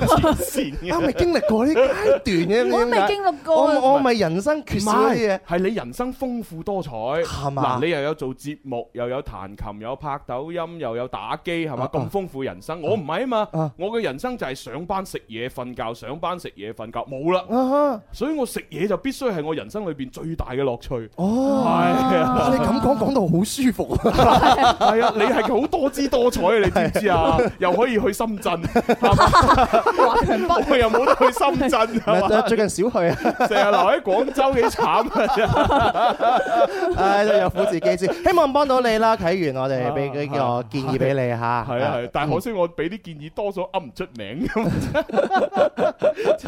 D: 黐線
E: 啊！
D: 嘅
E: 未經歷過呢階段嘅，
F: 我都未
E: 點解
F: 經歷過啊。
E: 我我咪人生缺
D: 唔
E: 少啲嘢
D: 係，。係你人生豐富多彩，
E: 係嘛
D: 嗱，你又有做節目，又有彈琴，又有拍抖音，又有打機，係嘛？
E: 啊
D: 咁
E: 啊
D: 豐富人生，我唔係啊嘛
E: 啊，
D: 我嘅人生就係上班食嘢瞓覺，上班食嘢瞓覺，冇啦，
E: 啊哈！
D: 所以我食嘢就必須係我人生裏邊最大嘅樂趣。
E: 哦，
D: 係啊
E: 哇你咁講講到好舒服啊！
D: 系
E: [laughs]
D: 啊，你係好多姿多彩啊，你知唔知啊？又可以去深圳，
E: [laughs]
D: 係嘛
F: 華強北
D: 我又冇得去深圳，係嘛
E: [laughs] 最近少去啊。
D: 成日留喺廣州幾慘啊！真係
E: 唉，有苦自己知，希望幫到你啦，啟源，我哋俾幾個建議俾你吓。
D: 係啊係，但係可惜我俾啲建議多咗噏唔出 [laughs] 名咁，真係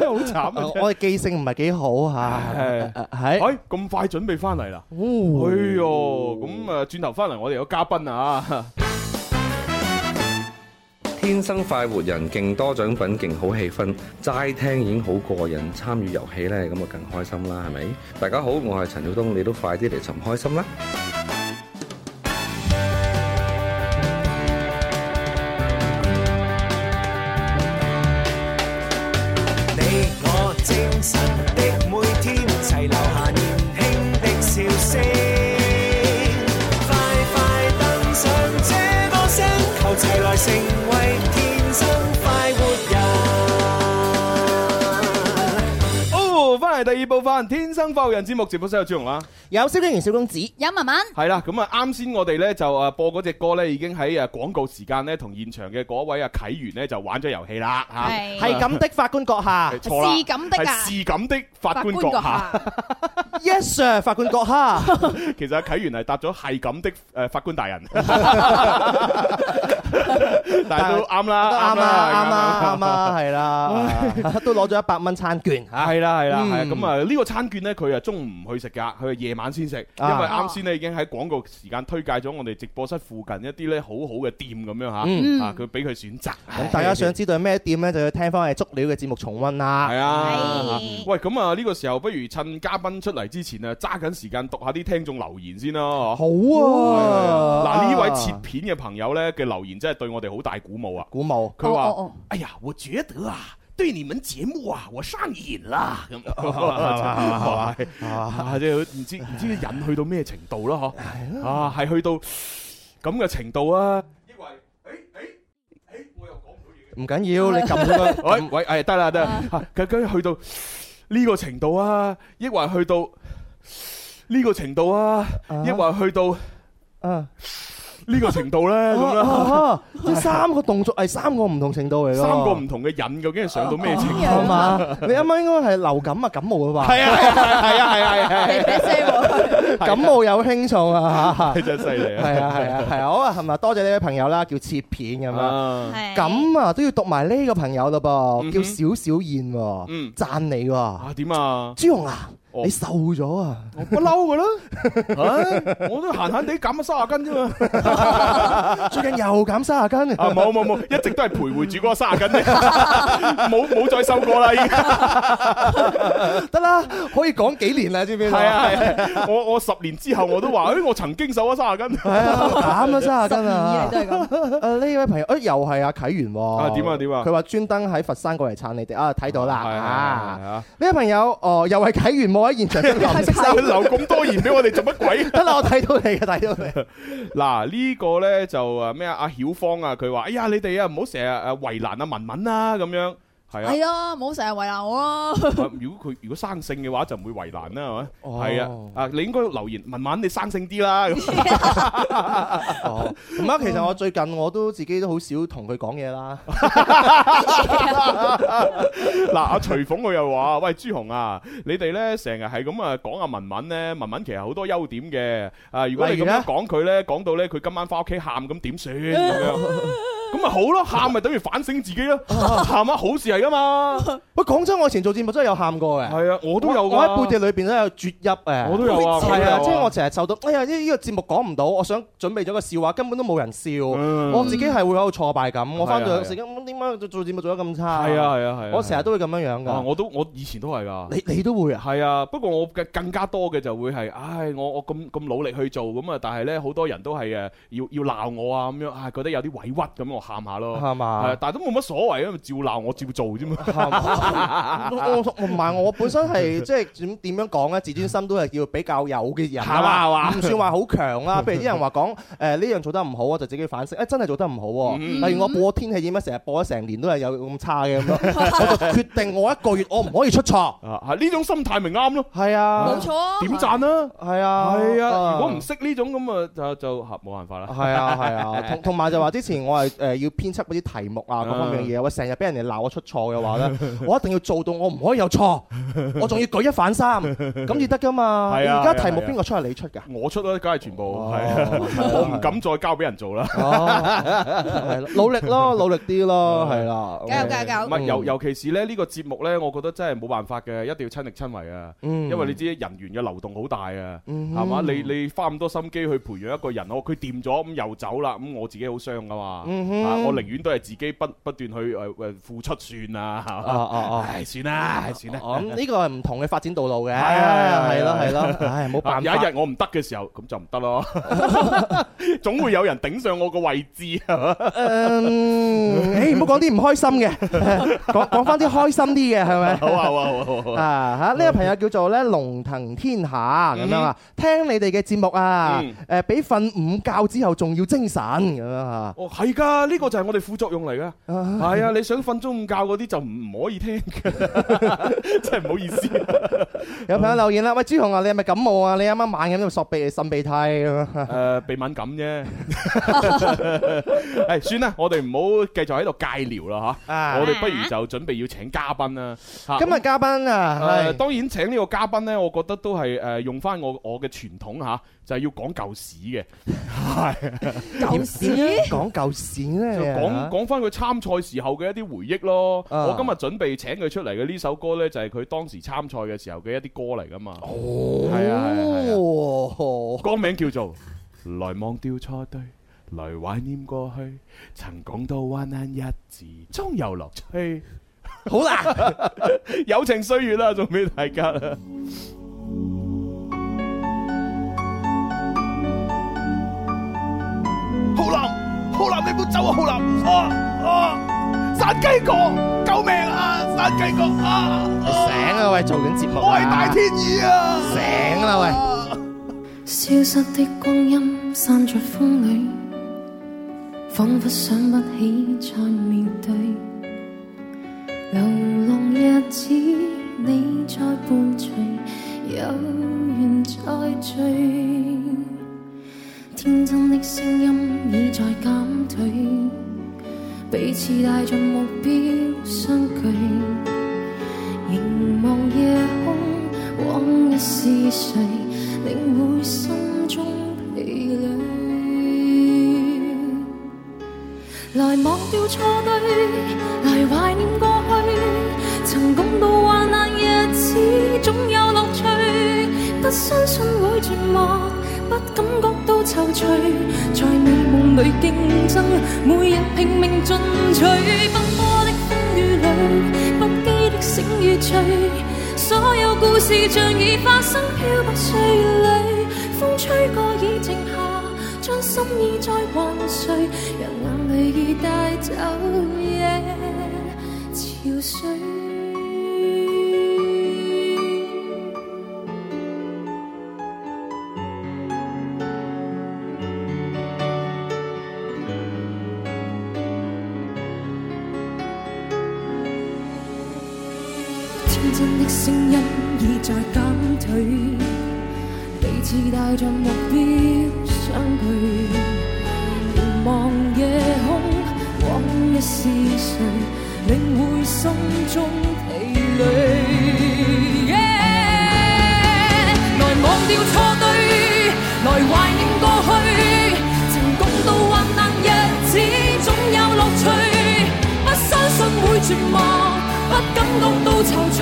D: 好慘
E: 我
D: 啊！
E: 我哋記性唔係幾好吓，
D: 係
E: 係
D: 哎，咁快準備翻嚟啦！哎哟，咁啊，轉頭翻嚟我哋有嘉賓 [laughs] 啊！
J: 天生快活人，勁多獎品，勁好氣氛，齋聽已經好過癮，參與遊戲呢，咁啊更開心啦，係咪？大家好，我係陳曉東，你都快啲嚟尋開心啦！
C: 你我精神的每天，齊留下年輕的笑聲。快快登上這歌聲，求齊來成為天生快活人。
D: 哦，翻嚟第二部分《天生快活人》節目，直播室有朱容啦。
E: 有蕭敬元、小公子，
F: 有文文，
D: 係啦，咁啊啱先我哋咧就啊播嗰只歌咧已經喺啊廣告時間咧同現場嘅嗰位啊啟源咧就玩咗遊戲啦嚇。啊
F: 係
E: 係咁的法官閣下
D: 係錯啦，
F: 是咁的啊
D: 係是咁的法官閣下。
F: 閣下
E: ，Yes sir，法官閣下，
D: 其實阿啟源係答咗係咁的誒法官大
E: [laughs]
D: 人，但係都啱啦，
E: 都啱啊，啱啊，
D: 啦
E: 啱啊，係啦， [laughs] 都攞咗一百蚊餐券嚇。
D: 啊係啦係啦，
E: 嗯
D: 係咁啊！呢個餐券呢，佢啊中午唔去食㗎，佢係夜晚先食，因為
E: 啊
D: 啱先呢已經喺廣告時間推介咗我哋直播室附近一啲呢好好嘅店咁樣
E: 嗯
D: 嚇，啊佢俾佢選擇。
E: 咁大家想知道係咩店咧，就要聽翻我哋足料嘅節目重温啦
D: 系。啊
F: 係，
D: 喂，咁啊呢個時候不如趁嘉賓出嚟之前啊，揸緊時間讀下啲聽眾留言先啦。
E: 好啊！
D: 嗱，呢位切片嘅朋友呢嘅留言真係對我哋好大鼓舞啊！
E: 古墓，
D: 佢話
F: 哦哦哦：
D: 哎呀，我覺得啊，對你們節目啊，我上癮啦。 [laughs] 咁係
E: 嘛
D: 啊，即係唔知唔知癮去到咩程度啦？嗬，啊，係去到咁嘅程度啊？因為誒誒誒，我又講唔到嘢。
E: 唔
D: [laughs]
E: 緊要，你撳咗佢。
D: 喂喂，誒得啦得啦，嚇佢佢去到呢個程度啊，抑或去到呢個程度啊，抑或去到
E: 啊
D: 呢個程度咧咁
E: 啊
D: 啦。
E: 啊！ [laughs] 即係三個動作係三個唔同程度嚟咯。
D: 三個唔同嘅癮究竟係上到咩程度？啊
E: 係嘛？你啱啱應該係流感啊、感冒
D: [laughs]
E: 嘅話，
D: 係啊係啊係啊係啊！
F: 你俾聲喎，
E: 感冒有輕重啊。
D: 你 [laughs] 真係犀利啊！
E: 係啊係啊係啊！好啊，係咪？多謝呢位朋友啦，叫切片咁樣。
D: 啊，
F: 係
E: 咁啊都要讀埋呢個朋友咯
D: 嗯哼
E: 噃，叫小小燕喎
D: 嗯，
E: 讚你喎。
D: 啊點啊？
E: 朱紅啊，
D: 哦
E: 你瘦咗啊！
D: [laughs] 我不嬲噶啦，唉我都閒閒地減咗卅斤啫嘛。
E: 最近又減三十斤，
D: 啊冇冇冇，一直都係徘徊住嗰個卅斤啫， [laughs] 冇冇再瘦過啦已經。
E: 得啦，可以講幾年啦，知唔知道？
D: 係啊係啊， [laughs] 我我十年之後我都話，誒哎我曾經瘦咗卅斤。
E: 係啊，減咗三十
F: 十
E: 斤
F: 年以
E: 啊
F: 嚟！都係咁，
E: 啊呢位朋友，誒又係阿啟源喎。
D: 啊點啊點啊
E: 佢話專登喺佛山過嚟撐你哋啊，睇到啦
D: 係
E: 啊！
D: [laughs] 啊
E: 呢位朋友，哦又係啟源冇喺現場，真係唔
D: [laughs]
E: 識
D: 係啊，
E: 收
D: 留咁多言俾我哋做乜鬼？
E: 得啦，我睇到你嘅，睇到你。
D: 嗱呢個呢就誒咩啊？阿曉芳啊，佢話：哎呀，你哋啊唔好成日誒為難阿啊文文啦咁樣。係啊。
F: 係咯，唔好成日為難我咯，
D: [laughs] 啊如果佢如果生性嘅話，就唔會為難啦，係咪？
E: 哦
D: 係啊，啊你應該留言文文，你生性啲啦。 [laughs] 咁
E: 哦，咁啊，其實我最近我都自己都好少同佢講嘢啦。
D: 嗱，阿徐鳳佢又話：喂，朱紅啊，你哋咧成日係咁啊講阿文文咧，文文其實好多優點嘅。啊，如果你
E: 例
D: 咁
E: 如咧
D: 樣講佢咧，講到咧佢今晚翻屋企喊咁點算咁 [laughs] 樣？咁咪好咯，喊咪等於反省自己 [laughs] 咯，喊啊好事嚟噶嘛。
E: 喂，講真，我以前做節目真係有喊過嘅。
D: 係啊，我都有
E: 我喺背
D: 㗎。
E: 地裏邊都有啜泣誒，
D: 我都有啊
E: 係啊，
D: 我都有啊
E: 即係我成日受到，哎呀呢呢個節目講唔到，我想準備咗個笑話，根本都冇人笑，
D: 嗯
E: 我自己係會有挫敗感，我翻
D: 係
E: 到
D: 啊
E: 去成咁點解做節目做得咁差？
D: 係啊，係啊係啊，
E: 我成日都會咁樣樣
D: 啊，
E: 噶，
D: 我都我以前都係㗎。
E: 你你都會啊？
D: 係啊，不過我更更加多嘅就會係，唉，我我咁咁努力去做咁啊，但係咧好多人都係誒要要鬧我啊咁樣，啊覺得有啲委屈咁，我喊下咯，
E: 係嘛
D: 哦係但係都冇乜所謂啊，照鬧我照做啫嘛。
E: 係嘛 [laughs] 我我唔係我本身
D: [laughs]
E: 係即係點點樣講咧？自尊心都係叫比較有嘅人啦，
D: 係嘛係嘛
E: 唔算話好強啦。譬如啲人話講誒呢樣做得唔好，我就自己反省，誒真係做得唔好
D: 嗯
E: 喎。例如我播天氣點解成日播咗成年都係有咁差嘅咁樣，我就決定我一個月我唔可以出錯。
D: 啊，係呢種心態咪啱咯，
E: 係啊，
F: 冇錯啊，
D: 點贊啦。
E: 係啊，
D: 係啊，如果唔唔識呢種咁啊，就就合冇辦法啦。
E: 係啊係啊，同同埋就話之前我係誒要編輯嗰啲題目啊，各方面
D: 嗯
E: 嘅嘢，我成日俾人哋鬧我出錯嘅話咧， [laughs] 我一定要做到我唔可以
D: [laughs]
E: 有錯，我仲要舉一反三，咁至得噶嘛。
D: 係啊
E: 而家題目
D: 係啊
E: 邊個出係你出㗎？哦
D: 我出啦，梗係全部係啊，哦我唔敢再交俾人做啦。
E: 係咯努力咯，努力啲
D: 哦
E: 咯， [laughs] 係啦。
F: 加油加油加油
D: 唔係尤尤其是咧呢個節目咧，我覺得真係冇辦法嘅，一定要親力親為啊。
E: 嗯
D: 因為你知人員嘅流動好大啊，
E: 嗯
D: 係嘛？你你花咁多心機去培養一個人，哦，佢掂咗咁又走啦，咁我自己好傷噶嘛。
E: 嗯哼
D: 啊我寧願都係自己不不斷去誒誒付出算啦，係
E: 哦哦哦
D: 嘛？唉，算啦，唉算啦。
E: 哦咁呢個係唔同嘅發展道路嘅，
D: 係啊
E: 係
D: 係
E: 咯
D: 啊
E: 係
D: 係
E: 咯，唉冇辦
D: 啊有一
E: 法。
D: 日我唔得嘅時候，咁就唔得
E: [laughs]
D: 咯。總會有人頂上我個位置， [laughs] 係嘛？
E: 嗯，誒唔好講啲唔開
D: [laughs]
E: 心嘅，講講翻啲開心啲嘅係咪？
D: 好啊，好啊，好啊好啊，好啊。
E: 啊嚇！呢個朋友叫做咧龍騰天下咁樣啊，聽你哋嘅節目啊
D: 嗯，
E: 誒比瞓午覺之後仲要精神咁樣啊嚇。
D: 哦，係㗎，呢個就係我哋副作用嚟㗎。係啊，你想瞓中午覺嗰啲就唔唔可以聽嘅， [laughs] 真係唔好意思。
E: 有朋友留言啦，喂朱紅啊，你係咪感冒啊？你啱啱晚飲到索鼻擤鼻涕咁樣。
D: 誒，呃鼻敏感啫。 [laughs] 誒，算啦，我哋唔好繼續喺度介聊啦
E: 啊
D: 嚇。我哋不如就準備要請嘉賓啦。嚇
E: 今日嘉賓啊，
D: 誒
E: 係
D: 當然請呢個嘉賓呢，我覺得都係誒用翻我我嘅傳統嚇，就係要講舊史嘅，
E: 啊舊事講舊事啊
D: 就
E: 咧，
D: 講啊講翻佢參賽時候嘅一啲回憶咯。
E: 啊
D: 我今日準備請佢出嚟嘅呢首歌呢，就係佢當時參賽嘅時候嘅一啲歌嚟噶嘛。係啊係啊係啊
E: 哦，
D: 歌名叫做《來忘掉錯對》，來懷念過去，曾講到患難日子終有樂趣。
E: 好啦，
D: [laughs] 友情歲月啦，仲俾大家啦。
B: 浩南，浩南你唔好走啊！浩南，啊啊！山雞哥，救命啊！山雞哥啊！
E: 你醒啦喂，做緊節目啊，
B: 我係大天意啊！
E: 醒啦喂。
G: 哦消失的光陰散在風裏，彷彿想不起再面對。流浪日子你在伴隨，有緣再聚。天真的聲音已在減退，彼此帶着目標相距。凝望夜空，往日是誰，領會心中疲累。來忘掉錯對，來懷念過去，曾共度患難日子，總有樂趣。不相信會絕望，不感覺到躊躇，在美夢裏競爭，每日拼命進取，奔波的風雨裏，不羈的醒與醉，所有故事像已發生，漂泊歲月裏，風吹過已靜下，將心意再還誰，讓眼淚已帶走夜潮水。天真的聲音已在減退，彼此帶着目標相距。凝望夜空，往日是誰，領會心中疲累。Yeah！來忘掉錯對，來懷念過去，曾共度患難日子，總有樂趣。不相信會絕望，不感覺到躊躇，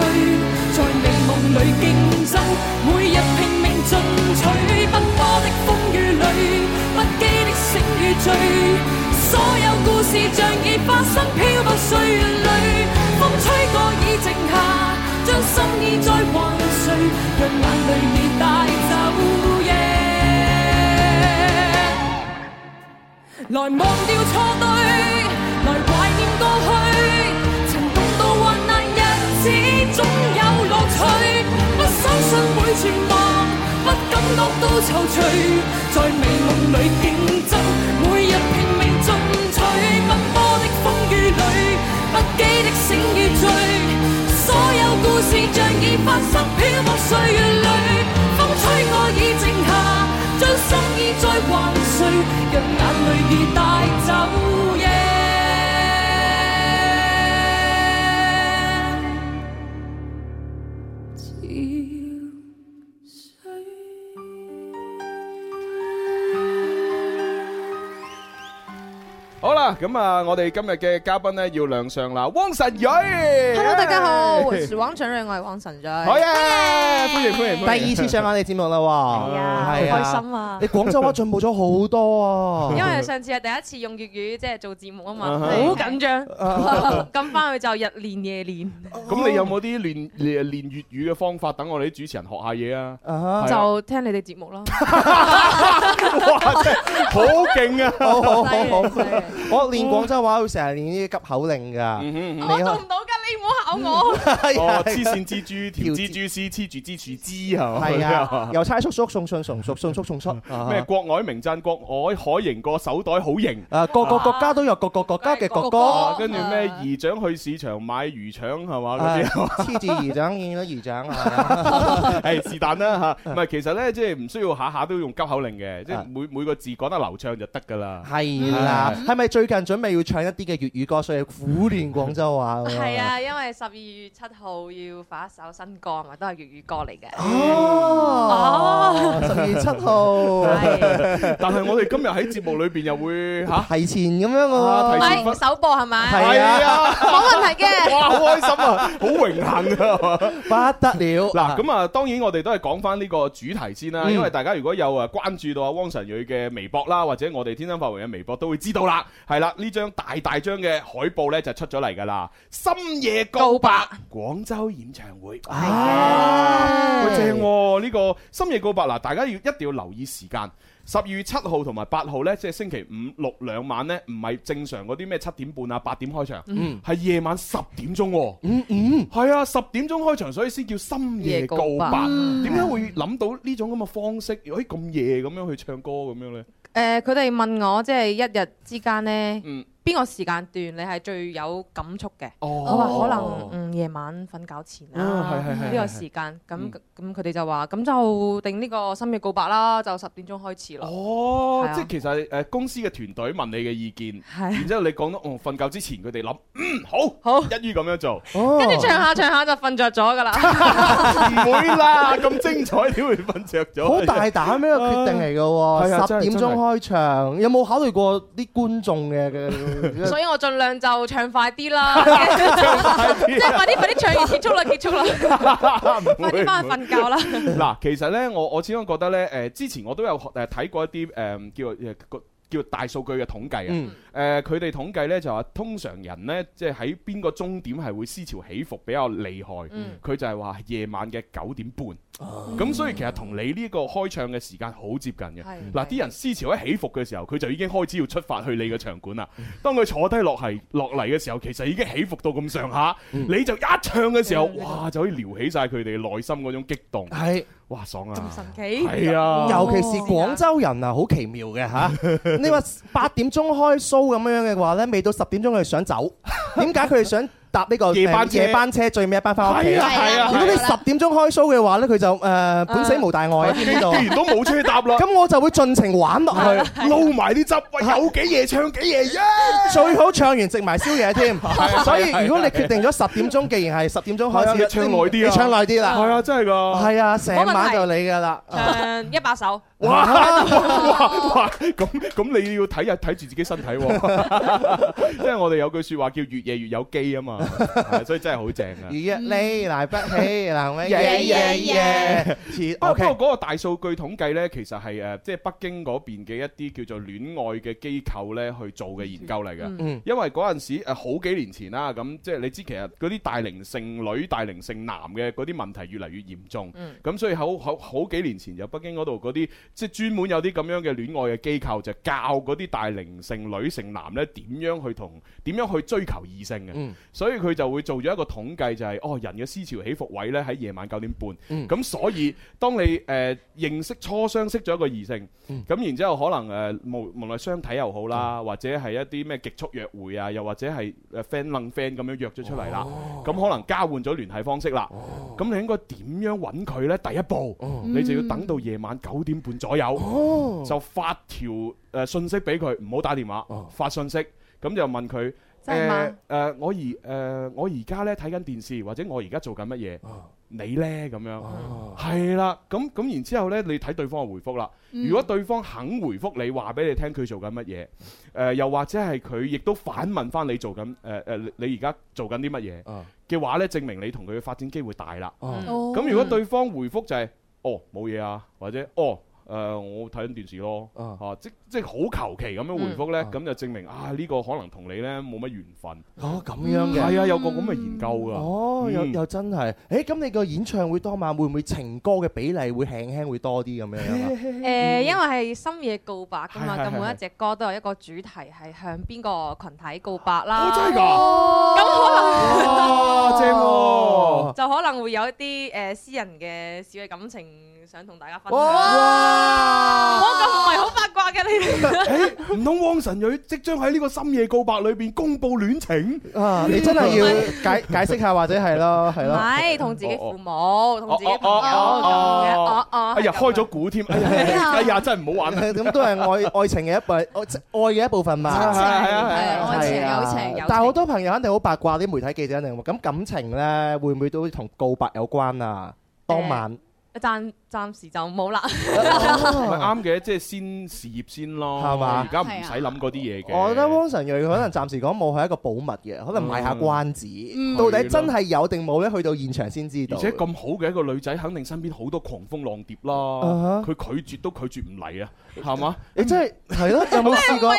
G: 在美夢裏競爭，每日拼命進取，奔波的風雨裏，不羈的醒與醉，所有故事像已發生，漂泊歲月裏，風吹過已靜下，將心意再還誰，讓眼淚已帶走夜。來忘掉錯對，來懷念過去，曾共度患難日子，總有樂趣。不相信會絕望，不感覺到躊躇，在美夢裏競爭，每日拼命進取，奔波的風雨裏，不羈的醒與醉，所有故事像已發生，漂泊歲月裏，風吹過已靜下，將心
K: 追，讓眼淚已帶走夜。
D: 好啦，咁啊，我哋今日嘅嘉賓咧要亮相啦，汪晨蕊。Hello，
G: 大家好，我是王晨瑞，我係王晨瑞。
D: [laughs] 好啊，歡迎歡迎
E: 第
D: 歡迎。
E: 二次上我哋節目啦喎，係
G: 好
E: à.
G: 開心啊
E: 你廣州話進步咗好多 [laughs] 啊！
G: 因為上次係第一次用粵語即係做節目
E: 啊
G: 啊嘛，
E: 哈
G: 好緊張。 [laughs] 咁翻去就日練夜
E: [laughs]
G: 練，
D: 咁你有冇啲練練練粵語嘅方法，等我哋啲主持人學下嘢啊？
G: [laughs]
D: 係啊
G: 就聽你哋節目啦。
D: 哇，真係好勁啊！
E: 好好好好，
G: 嗯
E: 我練廣州話會成日練呢啲急口令㗎。
G: 我做唔到㗎，你唔好考
E: [laughs]
G: 我。
D: 嗯
E: 啊
D: 哦，黐線蜘蛛，條蜘蛛絲黐住支樹枝係嘛？
E: [laughs] 係啊，
G: [laughs]
E: 郵差叔叔送信送叔送叔送叔啊
D: 哦咩國外名讚國外海型個手袋好型。
E: 啊，各個國家都有各個國家嘅國
D: 啊
E: 歌，
D: 跟住咩姨丈去市場買魚腸係嘛
E: 啊
D: 嗰啲。
E: 黐住姨丈見到姨丈
G: [laughs]
E: 啊！
D: [laughs] 係是但啦嚇，唔係其實咧，即係唔需要下下都用急口令嘅，即係每每個字講得流暢就得㗎啦。 [laughs]
E: 係啦，
D: 係
E: 係咪最近準備要唱一啲嘅粵語歌，所以苦練廣州話喎？
G: 係啊，因為十二月七號要發一首新歌嘛，都係粵語歌
E: [laughs]
G: 嚟嘅。
E: 哦，十二月七 [laughs] 號，
D: 但係我哋今日喺節目裏邊又會嚇
E: 提前咁樣
G: 唔
E: 嘅
D: 提前
G: 係
D: 分
G: 首播係咪？
E: 係
G: [laughs]
E: 啊
G: 冇問
E: [laughs]
G: 題嘅。
D: 哇，好開心啊，好榮幸啊！
E: 喎，不得了。
D: 嗱，咁啊，當然我哋都係講翻呢個主題先啦，
E: 嗯
D: 因為大家如果有啊關注到啊汪晨蕊嘅微博啦，或者我哋天生發圍嘅微博都會知道啦。係啦，呢張大大張嘅海報呢就出咗嚟㗎啦，深夜告白廣州演唱會。
E: 啊
D: 喂，正喎！呢個深夜告白嗱，大家要一定要留意時間。十二月七號同埋八號呢，即係星期五六兩晚呢，唔係正常嗰啲咩七點半啊八點開場，
E: 嗯
D: 係夜晚十點鐘喎。
E: 嗯嗯，
D: 係啊，十點鐘開場，所以先叫深夜告
G: 夜告
D: 白
G: 白。
D: 點解會諗到呢種咁嘅方式？誒咁夜咁樣去唱歌咁樣呢？
G: 誒，佢哋問我即係一日之間咧
D: 嗯，
G: 邊個時間段你係最有感觸嘅？
D: 哦
G: 我話可能嗯夜晚瞓覺前
D: 啊
G: 啦，
D: 係係係
G: 呢
D: 係
G: 個
D: 係
G: 時間咁
D: 嗯
G: 咁佢哋就話咁就定呢個深夜告白啦，就十點鐘開始咯。
D: 哦
G: 係，啊
D: 即係其實誒公司嘅團隊問你嘅意見，然之後你講到哦瞓覺之前佢哋諗，嗯好，好一於咁樣做，
G: 跟住唱下唱下就瞓着咗
D: [laughs]
G: 㗎啦。
D: 唔會啦，咁精彩點會瞓着咗？[laughs]
E: 好大膽呢個決定嚟嘅
D: 係啊
E: 喎，
D: 真係
E: 十點鐘開場，有冇考慮過啲觀眾嘅嘅？
G: 所以我盡量就唱快啲啦，
D: [laughs]
G: 即係快啲快啲唱完結束啦，結束
D: [laughs]
G: 啦，快啲翻去瞓覺啦。
D: 嗱，其實咧，我我始終覺得咧，誒、之前我都有誒睇過一啲誒、叫誒個叫大數據嘅統計
E: 嗯
D: 啊。誒佢哋統計咧就話，通常人咧即係喺邊個鐘點係會思潮起伏比較厲害，佢、
G: 嗯
D: 就係話夜晚嘅九點半。
E: 哦
D: 咁、所以其實同你呢個開唱嘅時間好接近嘅。
G: 係
D: 嗱，啲人思潮一起伏嘅時候，佢就已經開始要出發去你嘅場館啦。當佢坐低落係落嚟嘅時候，其實已經起伏到咁上下，
E: 嗯
D: 你就一唱嘅時候，哇，就可以撩起晒佢哋內心嗰種激動。
E: 係。
D: 哇，爽啊！
G: 神奇
D: 係啊，
E: 尤其是廣州人啊，好奇妙
D: [laughs]
E: 嘅嚇。你話八點鐘開 show 咁樣嘅話呢，未到十點鐘佢哋想走，點解佢哋想搭呢個
D: 夜班車
E: 夜班車最尾一班翻屋企
D: 係啊係啊
E: [laughs] 如果你十點鐘開 show 嘅話呢，佢就誒本死無大礙
D: 既
E: 喺呢度。啊
D: 既然都冇車搭啦，
E: 咁我就會盡情玩落去，
D: [laughs] 撈埋啲汁，喂，有幾夜唱幾夜啫。
E: 最好唱完食埋宵夜添
D: 係啊。
E: 所以如果你決定咗十點鐘，既然係十點鐘
D: 係啊
E: 開
D: 你
E: 始，
D: 唱耐啲啊
E: 你唱耐啲啦。
D: 係啊，真係㗎。
E: 係啊，成
G: 冇問
E: 晚
G: 題
E: 就你㗎啦。
G: 唱一百首。
D: 哇哇哇！咁咁你要睇下睇住自己身體 [laughs] 喎，因為我哋有句説話叫越夜越有機啊嘛，係所以真係好正啊！
E: 如若你來不起，能咩？
D: 耶
F: 耶耶
E: 切
D: 不過
E: OK
D: 不過嗰個大數據統計呢，其實係誒，即係北京嗰邊嘅一啲叫做戀愛嘅機構呢去做嘅研究嚟嘅。
E: 嗯
D: 因為嗰陣時誒好幾年前啦，咁即係你知其實嗰啲大齡剩女、大齡剩男嘅嗰啲問題越嚟越嚴重。咁、
G: 嗯
D: 所以好好好幾年前就北京嗰度嗰啲即係專門有啲咁樣嘅戀愛嘅機構，就教嗰啲大齡剩女、剩男呢點樣去同點樣去追求異性嘅。
E: 嗯
D: 所以以佢就會做咗一個統計，就係哦人嘅思潮起伏位呢喺夜晚九點半。
E: 嗯
D: 咁所以當你誒認識初相識咗一個異性，咁然之後可能誒呃無無論相睇又好啦，或者係一啲咩極速約會啊，又或者係誒 friend 楞 friend 咁樣約咗出嚟啦，咁可能交換咗聯繫方式啦。咁你應該點樣揾佢呢？第一步，你就要等到夜晚九點半左右，就發條誒信息俾佢，唔好打電話，發信息，咁就問佢。
C: 真係嗎
D: 誒誒，我而誒呃我而家咧睇緊電視，或者我而家做緊乜嘢？你呢？咁樣，係啦，咁咁然之後呢，你睇對方嘅回覆啦。
C: 嗯
D: 如果對方肯回覆你，話俾你聽佢做緊乜嘢，誒又或者係佢亦都反問翻你做緊誒誒，你你而家做緊啲乜嘢嘅話呢，證明你同佢嘅發展機會大啦。
C: 哦
D: 咁如果對方回覆就係哦冇嘢啊，或者哦。誒、我睇緊電視咯，啊，即即好求其咁樣回覆呢，咁、就證明啊呢、個可能同你呢冇乜緣分。
E: 哦，咁樣嘅，
D: 係啊，有個咁嘅研究㗎。
E: 哦，又
D: 嗯
E: 又真係，誒咁你個演唱會當晚會唔會情歌嘅比例會輕輕會多啲咁樣啊？
D: 嗯
G: 誒，因為係深夜告白噶嘛，
E: 係係
G: 咁
E: 係
G: 每一隻歌都有一個主題係向邊個群體告白啦。
D: 哦真係㗎
G: 咁可能
D: 哇正喎
G: 就可能會有一啲誒私人嘅小嘅感情想同大家分享。
D: 哇
G: 我
E: À,
G: 咁唔係好八卦嘅你哋。
D: 誒唔通汪晨蕊即將喺呢個深夜告白裏邊公佈戀情？
E: 啊，你真係要解解釋下或者係咯，係
G: 唔
E: 咯。
G: 係同自己父母，同自己朋友咁樣。
D: 哦
G: 哦
D: 哦
G: 哦，
D: 哎呀，開咗股添， [laughs] 哎呀，哎呀，真係唔好玩。
E: 咁都係愛愛情嘅一部愛即愛嘅一部分嘛，
D: [laughs] 真情係啊係啊
E: 係啊
D: 係啊愛情
E: 係啊
D: 友情
E: 但係好多朋友肯定好八卦，啲媒體記者肯定話咁感情咧會唔會都同告白有關啊？當晚
G: 暫暫時就冇啦。
D: 咪啱嘅，即係先事業先咯，
E: 係嘛
D: 而家唔使諗嗰啲嘢嘅。
E: 我覺得汪晨瑞可能暫時講冇係一個保密嘅，可能賣下關子
D: 嗯，
E: 到底真係有定冇咧？去到現場先知道
D: 而。且咁好嘅一個女仔，肯定身邊好多狂風浪蝶啦
E: 啊。
D: 佢拒絕都拒絕唔嚟啊，係嘛？
E: 你真係
G: 嗯
E: 係咯，
G: [laughs]
E: 有冇試 [laughs] 過？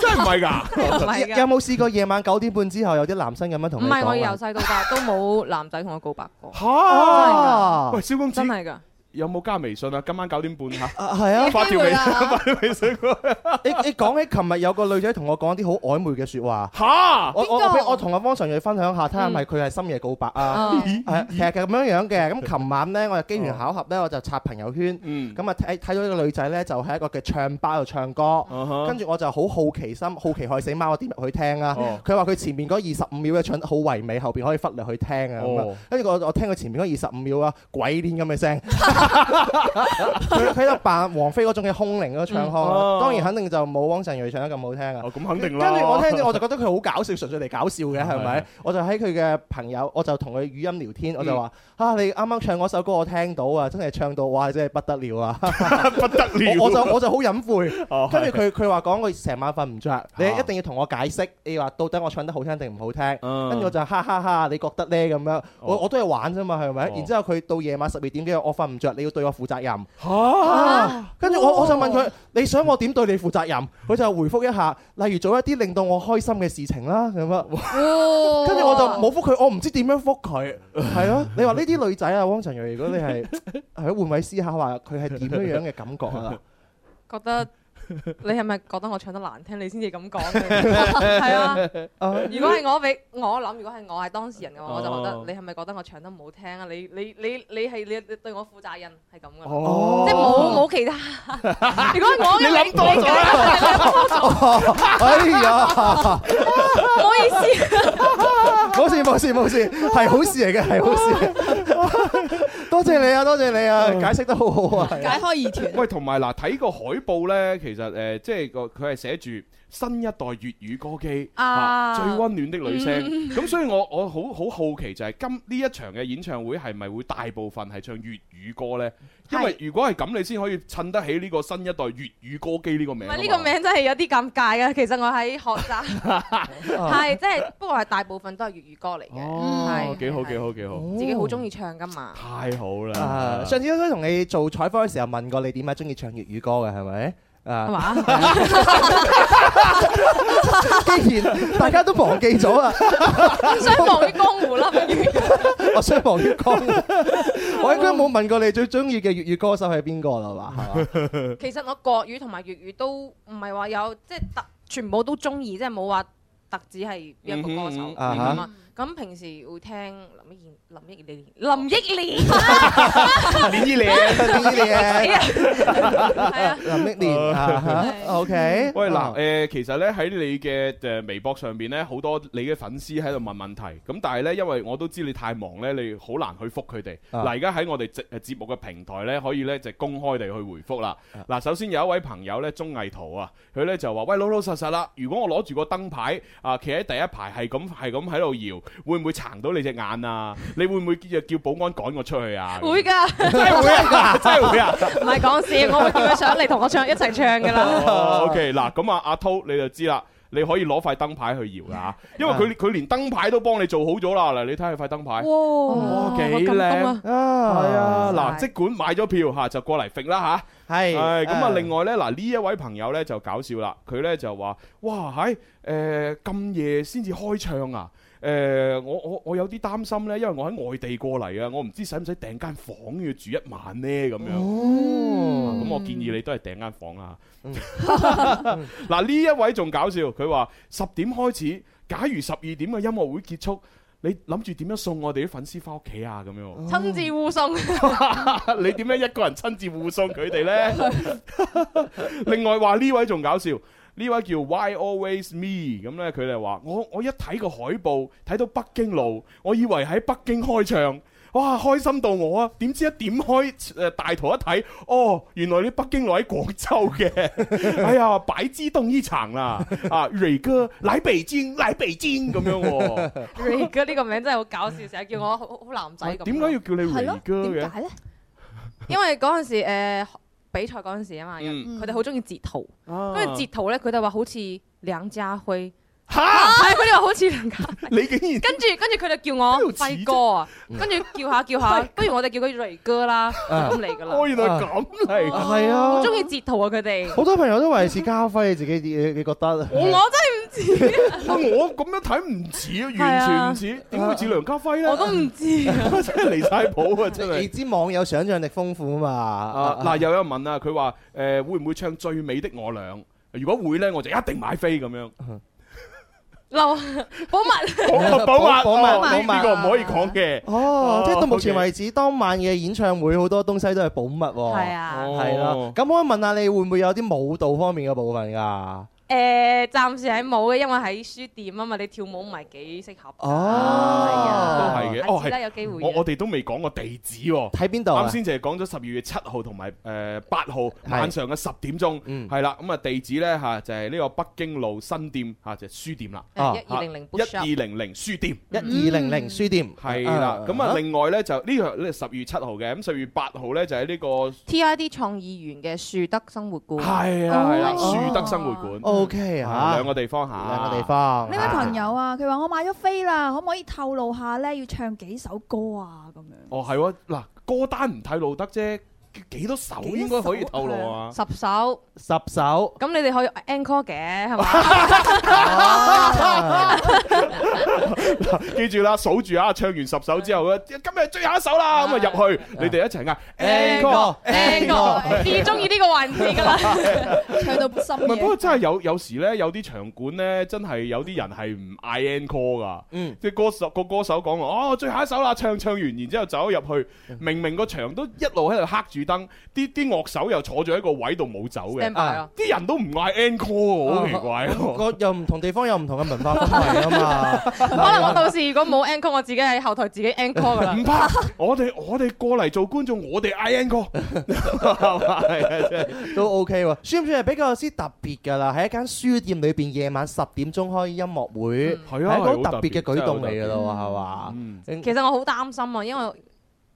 D: 真係唔係㗎？
G: 唔係㗎
E: 有冇試過夜晚九點半之後有啲男生咁樣同
G: 唔
E: 你講
G: 係，我
E: 話
G: 由細到大都冇男仔同我告白過。
E: 啊
D: 嚇！
E: 哦
D: 喂，蕭公子
G: 真係㗎。
D: 有冇加微信啊？今晚九點
E: [laughs]
D: 半嚇。
E: 係啊，
D: 發條微信，發條微信過去。
E: 你你講起琴日有個女仔同我講啲好曖昧嘅説話。
D: 嚇！
E: 我我俾我同阿汪晨瑞分享下，睇下係
G: 嗯
E: 咪佢係深夜告白啊？
G: [laughs]
C: 嗯
E: 係其實係咁樣樣嘅。咁琴晚咧，我就機緣巧合咧，我就刷朋友圈，
G: 哦
D: 嗯
E: 咁啊睇睇到呢個女仔咧，就喺一個嘅唱吧度唱歌，
G: 哦
D: Uh-huh
E: 跟住我就好好奇心，好奇害死貓，我點入去聽啊
C: 哦？
E: 佢話佢前面嗰二十五秒嘅唱得好唯美，後邊可以忽略去聽啊。咁
C: 哦
E: 啊跟住我我聽佢前面嗰二十五秒啊，鬼臉咁嘅聲，佢佢喺度扮王菲嗰種嘅空靈嗰個唱
D: 嗯
E: 腔啊，
D: 哦
E: 當然肯定就冇汪晨瑞唱得咁好聽啊。
D: 咁肯定啦。
E: 跟住我聽咗，
D: [laughs]
E: 我就覺得佢好搞笑，純粹嚟搞笑嘅，係咪？我就喺佢嘅朋友，我就同佢語音聊天，
D: 嗯
E: 我就話：啊，你啱啱唱嗰首歌我聽到啊，真係唱到哇，真係不得了啊！
D: [laughs]
E: 不
D: 得了
E: 我我就我就好隱晦。
D: [laughs] 哦
E: 跟住
D: 係
E: 佢
D: 啊
E: 佢話講我成晚瞓唔着，你一定要同我解釋，你話到底我唱得好聽定唔好聽？
D: 嗯
E: 跟住我就哈哈哈，你覺得呢？咁樣，我我都係玩啫嘛，係咪？然之後佢到夜晚十二點幾，我瞓唔着，你要對我負責任。啊跟住我我就問佢，你想我點對你負責任？佢就回覆一下，例如做一啲令到我開心嘅事情啦，咁啊。
G: 哦
E: 跟住我就冇覆佢，我唔知點樣覆佢。係咯，你話呢啲女仔啊，汪晨睿，如果你係係咯換位思考下，佢係點樣樣嘅感覺啊？
G: 覺得你係咪覺得我唱得難聽，你先至咁講嘅？ [laughs] 係啊。如果係我俾我諗，如果係我係當事人嘅話，我就覺
D: 哦
G: 得你係咪覺得我唱得唔好聽啊？你你你你係你你對我負責任係咁噶
D: 哦
G: 啦，即係冇冇其
D: [laughs]
G: 他。如果係我嘅
C: 你諗多咗
G: 啦，
E: 哎呀，
G: [laughs] 唔好意思。
E: 冇事冇事冇事，係好事嚟嘅，係好事。多謝你啊，多謝你啊，解釋得好好啊。係啊
D: 開疑團。喂，同埋嗱，睇個海報咧，其實誒，即係個佢係寫住新一代粵語歌姬
C: 啊
D: 最温暖的女聲。
C: 嗯
D: 咁所以我我好好好奇就係今呢一場嘅演唱會係咪會大部分係唱粵語歌呢？因為如果係咁，你先可以襯得起呢個新一代粵語歌姬呢個
G: 唔
D: 名啊嘛。
G: 係呢個名真係有啲尷尬嘅。其實我喺學習係即係，不過係大部分都係粵語歌嚟嘅，
D: 哦，
G: 係
D: 幾好幾好幾好，
G: 自己好中意唱噶嘛。
D: 太好啦
E: 啊！！上次應該同你做採訪嘅時候問過你點解中意唱粵語歌嘅係咪？
D: 嗯
G: 係
E: 啊！
G: 嘛？
E: 既然大家都忘記咗
G: [laughs]
E: 啊，
G: 相忘於江
D: [laughs]
G: 湖啦，不如
E: 我想忘於江湖。我應該冇問過你最中意嘅粵語歌手係邊個啦嘛？係嘛？
G: 其實我國語同埋粵語都唔係話有即係特全部都中意，即係冇話特指係邊一個歌手
E: 嗯哼
G: 咁啊。咁咁平時會聽林憶蓮、林憶蓮、啊林憶
E: [laughs]
G: 蓮、
D: 林憶
E: 蓮林憶蓮
G: 係啊，
E: 林
D: [laughs]
E: 憶蓮啊哈，OK
D: 喂
G: 啊
D: 嗱，誒其實咧喺你嘅誒微博上邊咧，好多你嘅粉絲喺度問問題，咁但係咧，因為我都知你太忙咧，你好難去覆佢哋。
E: 啊
D: 嗱，而家喺我哋節誒節目嘅平台咧，可以咧就公開地去回覆啦。
G: 啊
D: 嗱，首先有一位朋友咧，鐘藝圖啊，佢咧就話：喂，老老實實啦，如果我攞住個燈牌啊，企喺第一排係咁係咁喺度搖，會唔會撐到你隻眼啊？你會唔會叫叫保安趕我出去啊？
G: [laughs] 會㗎，真
D: 係會啊 [laughs] 真係會啊
G: 唔係講笑，我會叫佢上嚟同我唱一齊唱
E: [laughs]
G: 㗎啦。
D: 哦 OK，嗱，咁啊，阿涛你就知啦。你可以攞塊燈牌去搖啦，因為佢佢連燈牌都幫你做好咗啦。嗱，你睇下塊燈牌，哇，幾靚啊！係啊，嗱，即管買咗票嚇就過嚟揈啦嚇。
E: 係
D: 係咁啊，
E: 啊
D: 另外咧嗱呢一位朋友咧就搞笑啦，佢咧就話：哇，喺誒咁夜先至開唱啊！誒、我我我有啲擔心咧，因為我喺外地過嚟啊，我唔知使唔使訂間房要住一晚呢咁樣。哦，咁我建議你都係訂間房啊。 [laughs] 嗱呢一位仲搞笑，佢話十點開始，假如十二點嘅音樂會結束，你諗住點樣送我哋啲粉絲翻屋企啊？咁樣，
G: 親自護送，
D: 你點樣一個人親自護送佢哋呢？ [laughs] 另外話呢位仲搞笑。呢位叫 Why Always Me 咁呢，佢哋話我我一睇個海報，睇到北京路，我以為喺北京開唱，哇開心到我啊！點知一點開誒大圖一睇，哦原來呢北京路喺廣州嘅， [laughs] 哎呀擺之東衣層啦，啊蕊哥嚟北京嚟北京咁樣喎、
G: Ray 哥呢個名真係好搞笑，成日叫我好好男仔咁。
D: 點解要叫你
G: 係咯
D: Ray 哥嘅？
G: 咧？因為嗰陣時誒比賽嗰陣時啊嘛，
D: 嗯
G: 佢哋好中意截圖，
D: 啊
G: 跟住截圖咧，佢哋話好似梁家輝。
D: 嚇
G: 係佢哋話好似梁家輝，
D: 你竟然
G: 跟住跟住佢就叫我輝哥啊，跟住叫下
E: [laughs]
G: 叫下，不如我哋叫佢瑞哥啦，
E: 啊
G: 咁嚟噶啦。
D: 哦原來咁嚟，
E: 係啊
G: 好中意截圖啊佢哋。
E: 好多朋友都話是家輝，自己你你覺得？
G: 我我真
E: 啊
G: 係唔知，
D: 啊我咁樣睇唔似啊，完全唔似，點會似梁家輝呢？
G: 我都唔
D: [laughs]
E: [laughs]
G: 知
D: 真係離晒譜啊！真係
E: 你知網友想像力豐富啊嘛。
D: 啊嗱，又有人問啊，佢話誒會唔會唱最美的我倆？如果會呢，我就一定買飛咁 [laughs] 樣。
G: 漏保密，
D: 保保密，
E: 保密
D: 哦
E: 保密
D: 呢呢個唔可以講嘅。
E: 哦，即係到目前
D: OK
E: 為止，當晚嘅演唱會好多東西都係保密喎。
G: 係啊
D: 哦
E: 係啦。咁我問下你會唔會有啲舞蹈方面嘅部分㗎？
G: 誒，暫時係冇嘅，因為喺書店啊嘛，你跳舞唔係幾適合。啊
D: 哦，都係嘅。哦，
G: 下次啦
D: 係
G: 有機會嘅
D: 我我哋都未講個地址喎。
E: 喺邊度啊
D: 啱先就係講咗十二月七號同埋誒八號晚上嘅十點鐘，係啦。咁啊地址呢，嚇就係呢個北京路新店嚇就係書店啦。
E: 啊1200
D: 一二零零書店，
E: 一二零零書店
D: 係啦
E: 啊，
D: 咁啊，另外咧就呢個呢十月七號嘅，咁十月八號咧就喺呢個
E: 哦
G: TID 創意園嘅樹德生活館。
D: 係啊係啦，樹德生活館。
E: 哦 OK
D: 啊，兩個地方嚇，
E: 兩個地方
F: 呢位朋友啊，佢話我買咗飛啦，可唔可以透露下咧？要唱幾首歌啊？咁樣
D: 哦係喎，嗱歌單唔睇路得啫，幾多首應該可以透露
E: [laughs]
D: 啊？
G: 十首，
E: 十首。
G: 咁你哋可以 encore 嘅
D: [laughs]
G: 係嘛？
D: 記住啦，數住啊，唱完十首之後咧，今日最後一首啦，咁啊入去，你哋一齊嗌 encore
G: encore，至中意呢個環節㗎啦，唱到
D: 唔
E: 啊
G: 深
D: 係，不過
G: 夜。
D: 真係有有時咧，有啲場館咧，真係有啲人係唔嗌 encore 噶，
E: 嗯，
D: 即係歌手個歌手講話，哦，最後一首啦，唱唱完，然之後走入去，
E: 嗯
D: 明明個場都一路喺度黑住燈，啲啲樂手又坐咗喺個位度冇走嘅
E: Stand by 哦啊，
D: 啲人都唔嗌 encore，好奇怪喎。
E: 個又唔同地方有唔同嘅文化氛圍啊嘛。
G: 可能我到時如果冇 encore，我自己喺後台自己 encore 㗎
D: [laughs]
G: 啦。
D: 唔怕，我哋我哋過嚟做觀眾，我哋嗌 encore，係啊真係
E: 都 OK 喎，算唔算係比較先特別㗎啦？喺一間書店裏邊，夜晚十點鐘開音樂會，
D: 係啊
E: 一
D: 係好
E: 個好特別嘅啊
D: 特別嗯
E: 舉動嚟
D: 真
E: 㗎
D: 係
E: 咯，係
D: 好
E: 嘛？
G: 其實我好擔心啊，因為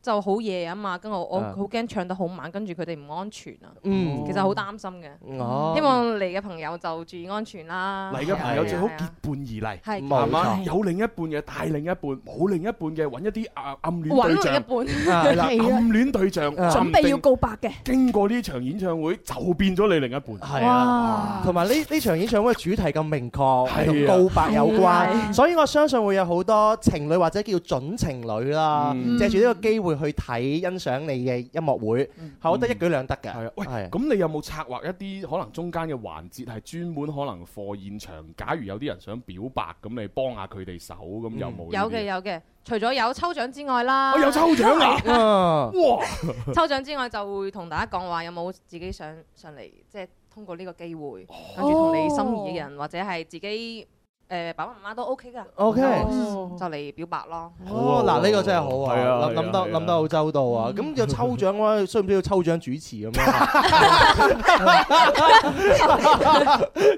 G: 就好夜啊嘛，跟住我我
E: 啊
G: 好驚唱得好晚，跟住佢哋唔安全啊。
D: 哦
E: 嗯
G: 其實好擔心嘅。
E: 哦
G: 希望嚟嘅朋友就注意安全
E: 啊
G: 啦。啊
D: 嚟嘅朋友最好結啊伴而
G: 係
D: 嚟，
E: 冇
D: 係嘛？
E: 錯
D: 有另一半嘅帶另一半，冇另一半嘅揾一啲啊暗戀
G: 揾
D: 對
G: 另
D: 象，
G: 一
F: 半
D: 係啦，
F: 係啊
D: 暗戀對象，
E: 啊
D: 準
F: 準備要告白嘅，
D: 經過呢場演唱會就變咗你另一半，
E: 係啊，同埋呢呢場演唱會嘅主題咁明確，同告白有
D: 係
E: 關，所以我相信會有好多情侶或者叫準情侶啦，
D: 嗯
E: 借住呢個機會會去睇欣賞你嘅音樂會，係我覺得一舉兩得嘅。係啊，
D: 喂，咁你有冇策劃一啲可能中間嘅環節係專門可能課現場？假如有啲人想表白，咁你幫下佢哋手，咁有冇？
G: 有嘅。有嘅，除咗有抽獎之外啦，
D: 哦我有抽獎
E: [laughs]
G: 係
D: 啊！哇！
G: 抽獎之外就會同大家講話有冇自己想上嚟，即係通過呢個機會，
D: 哦
G: 跟住同你心儀嘅人或者係自己誒爸爸媽媽都 OK 噶
E: OK
G: 就就嚟表白咯。
E: 哦，嗱呢個真係好
D: 係啊
E: 啊，諗
D: 係啊
E: 諗得諗得好周到啊！咁要抽獎嘅話，需唔需要抽獎主持咁 [laughs] 樣啊？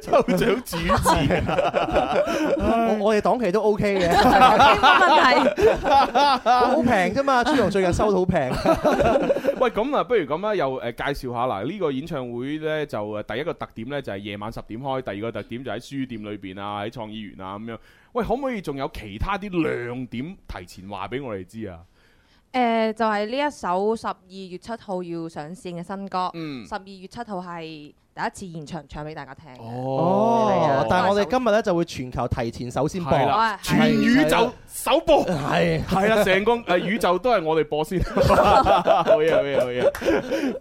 D: 抽獎主持，
E: 我我哋檔期都 OK 嘅， [laughs]
G: 冇
D: [laughs]
E: 問題，好平啫嘛！朱紅最近收到好平，
D: [laughs] 喂，咁啊，不如咁啦，又誒介紹下嗱，呢個演唱會呢，就誒第一個特點呢，就係夜晚十點開，第二個特點就喺書店裏邊啊，喺創意園啊咁樣。喂，可唔可以仲有其他啲亮點提前話俾我哋知啊？
G: 誒就係呢一首十二月七號要上線嘅新歌，
D: 嗯
G: 十二月七號係第一次現場唱俾大家聽
D: 哦
G: 嘅。
E: [laughs] 哦，但係我哋今日咧就會全球提前首先播
D: 哦係啦，，全宇宙首播，
E: 係
D: 係啊啦， [laughs] 成個誒宇宙都係我哋播 [laughs] 先。好嘢，好嘢，好嘢。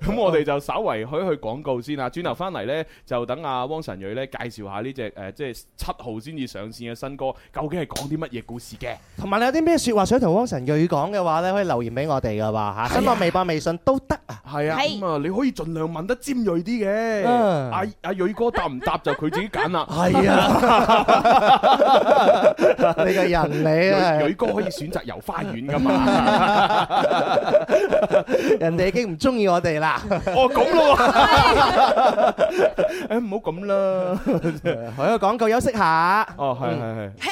D: 咁我哋就稍為去去廣告先啊啦，轉頭翻嚟呢，就等阿汪晨瑞呢介紹下呢只誒即係七號先至上線嘅新歌，究竟係講啲乜嘢故事嘅？
E: 同埋你有啲咩説話想同汪晨瑞講嘅話咧，可以留言俾我哋嘅話嚇，新浪微博、微信都得啊。
D: 係啊，
E: 係
D: 咁啊，你可以盡量問得尖鋭啲嘅。
E: 嗯
D: 阿阿蕊哥答唔答就佢自己揀 [laughs] 啦。
E: 係
D: 啊，
E: [laughs] 你個人你啊
D: 蕊蕊哥可以選擇遊花園噶 [laughs] 嘛？
E: 人哋已經唔中意我哋 [laughs] 啦。
D: 哦，咁咯 [laughs] 喎。誒，唔好咁啦。
E: 喺個廣啊告休息下。
D: 哦，係係係。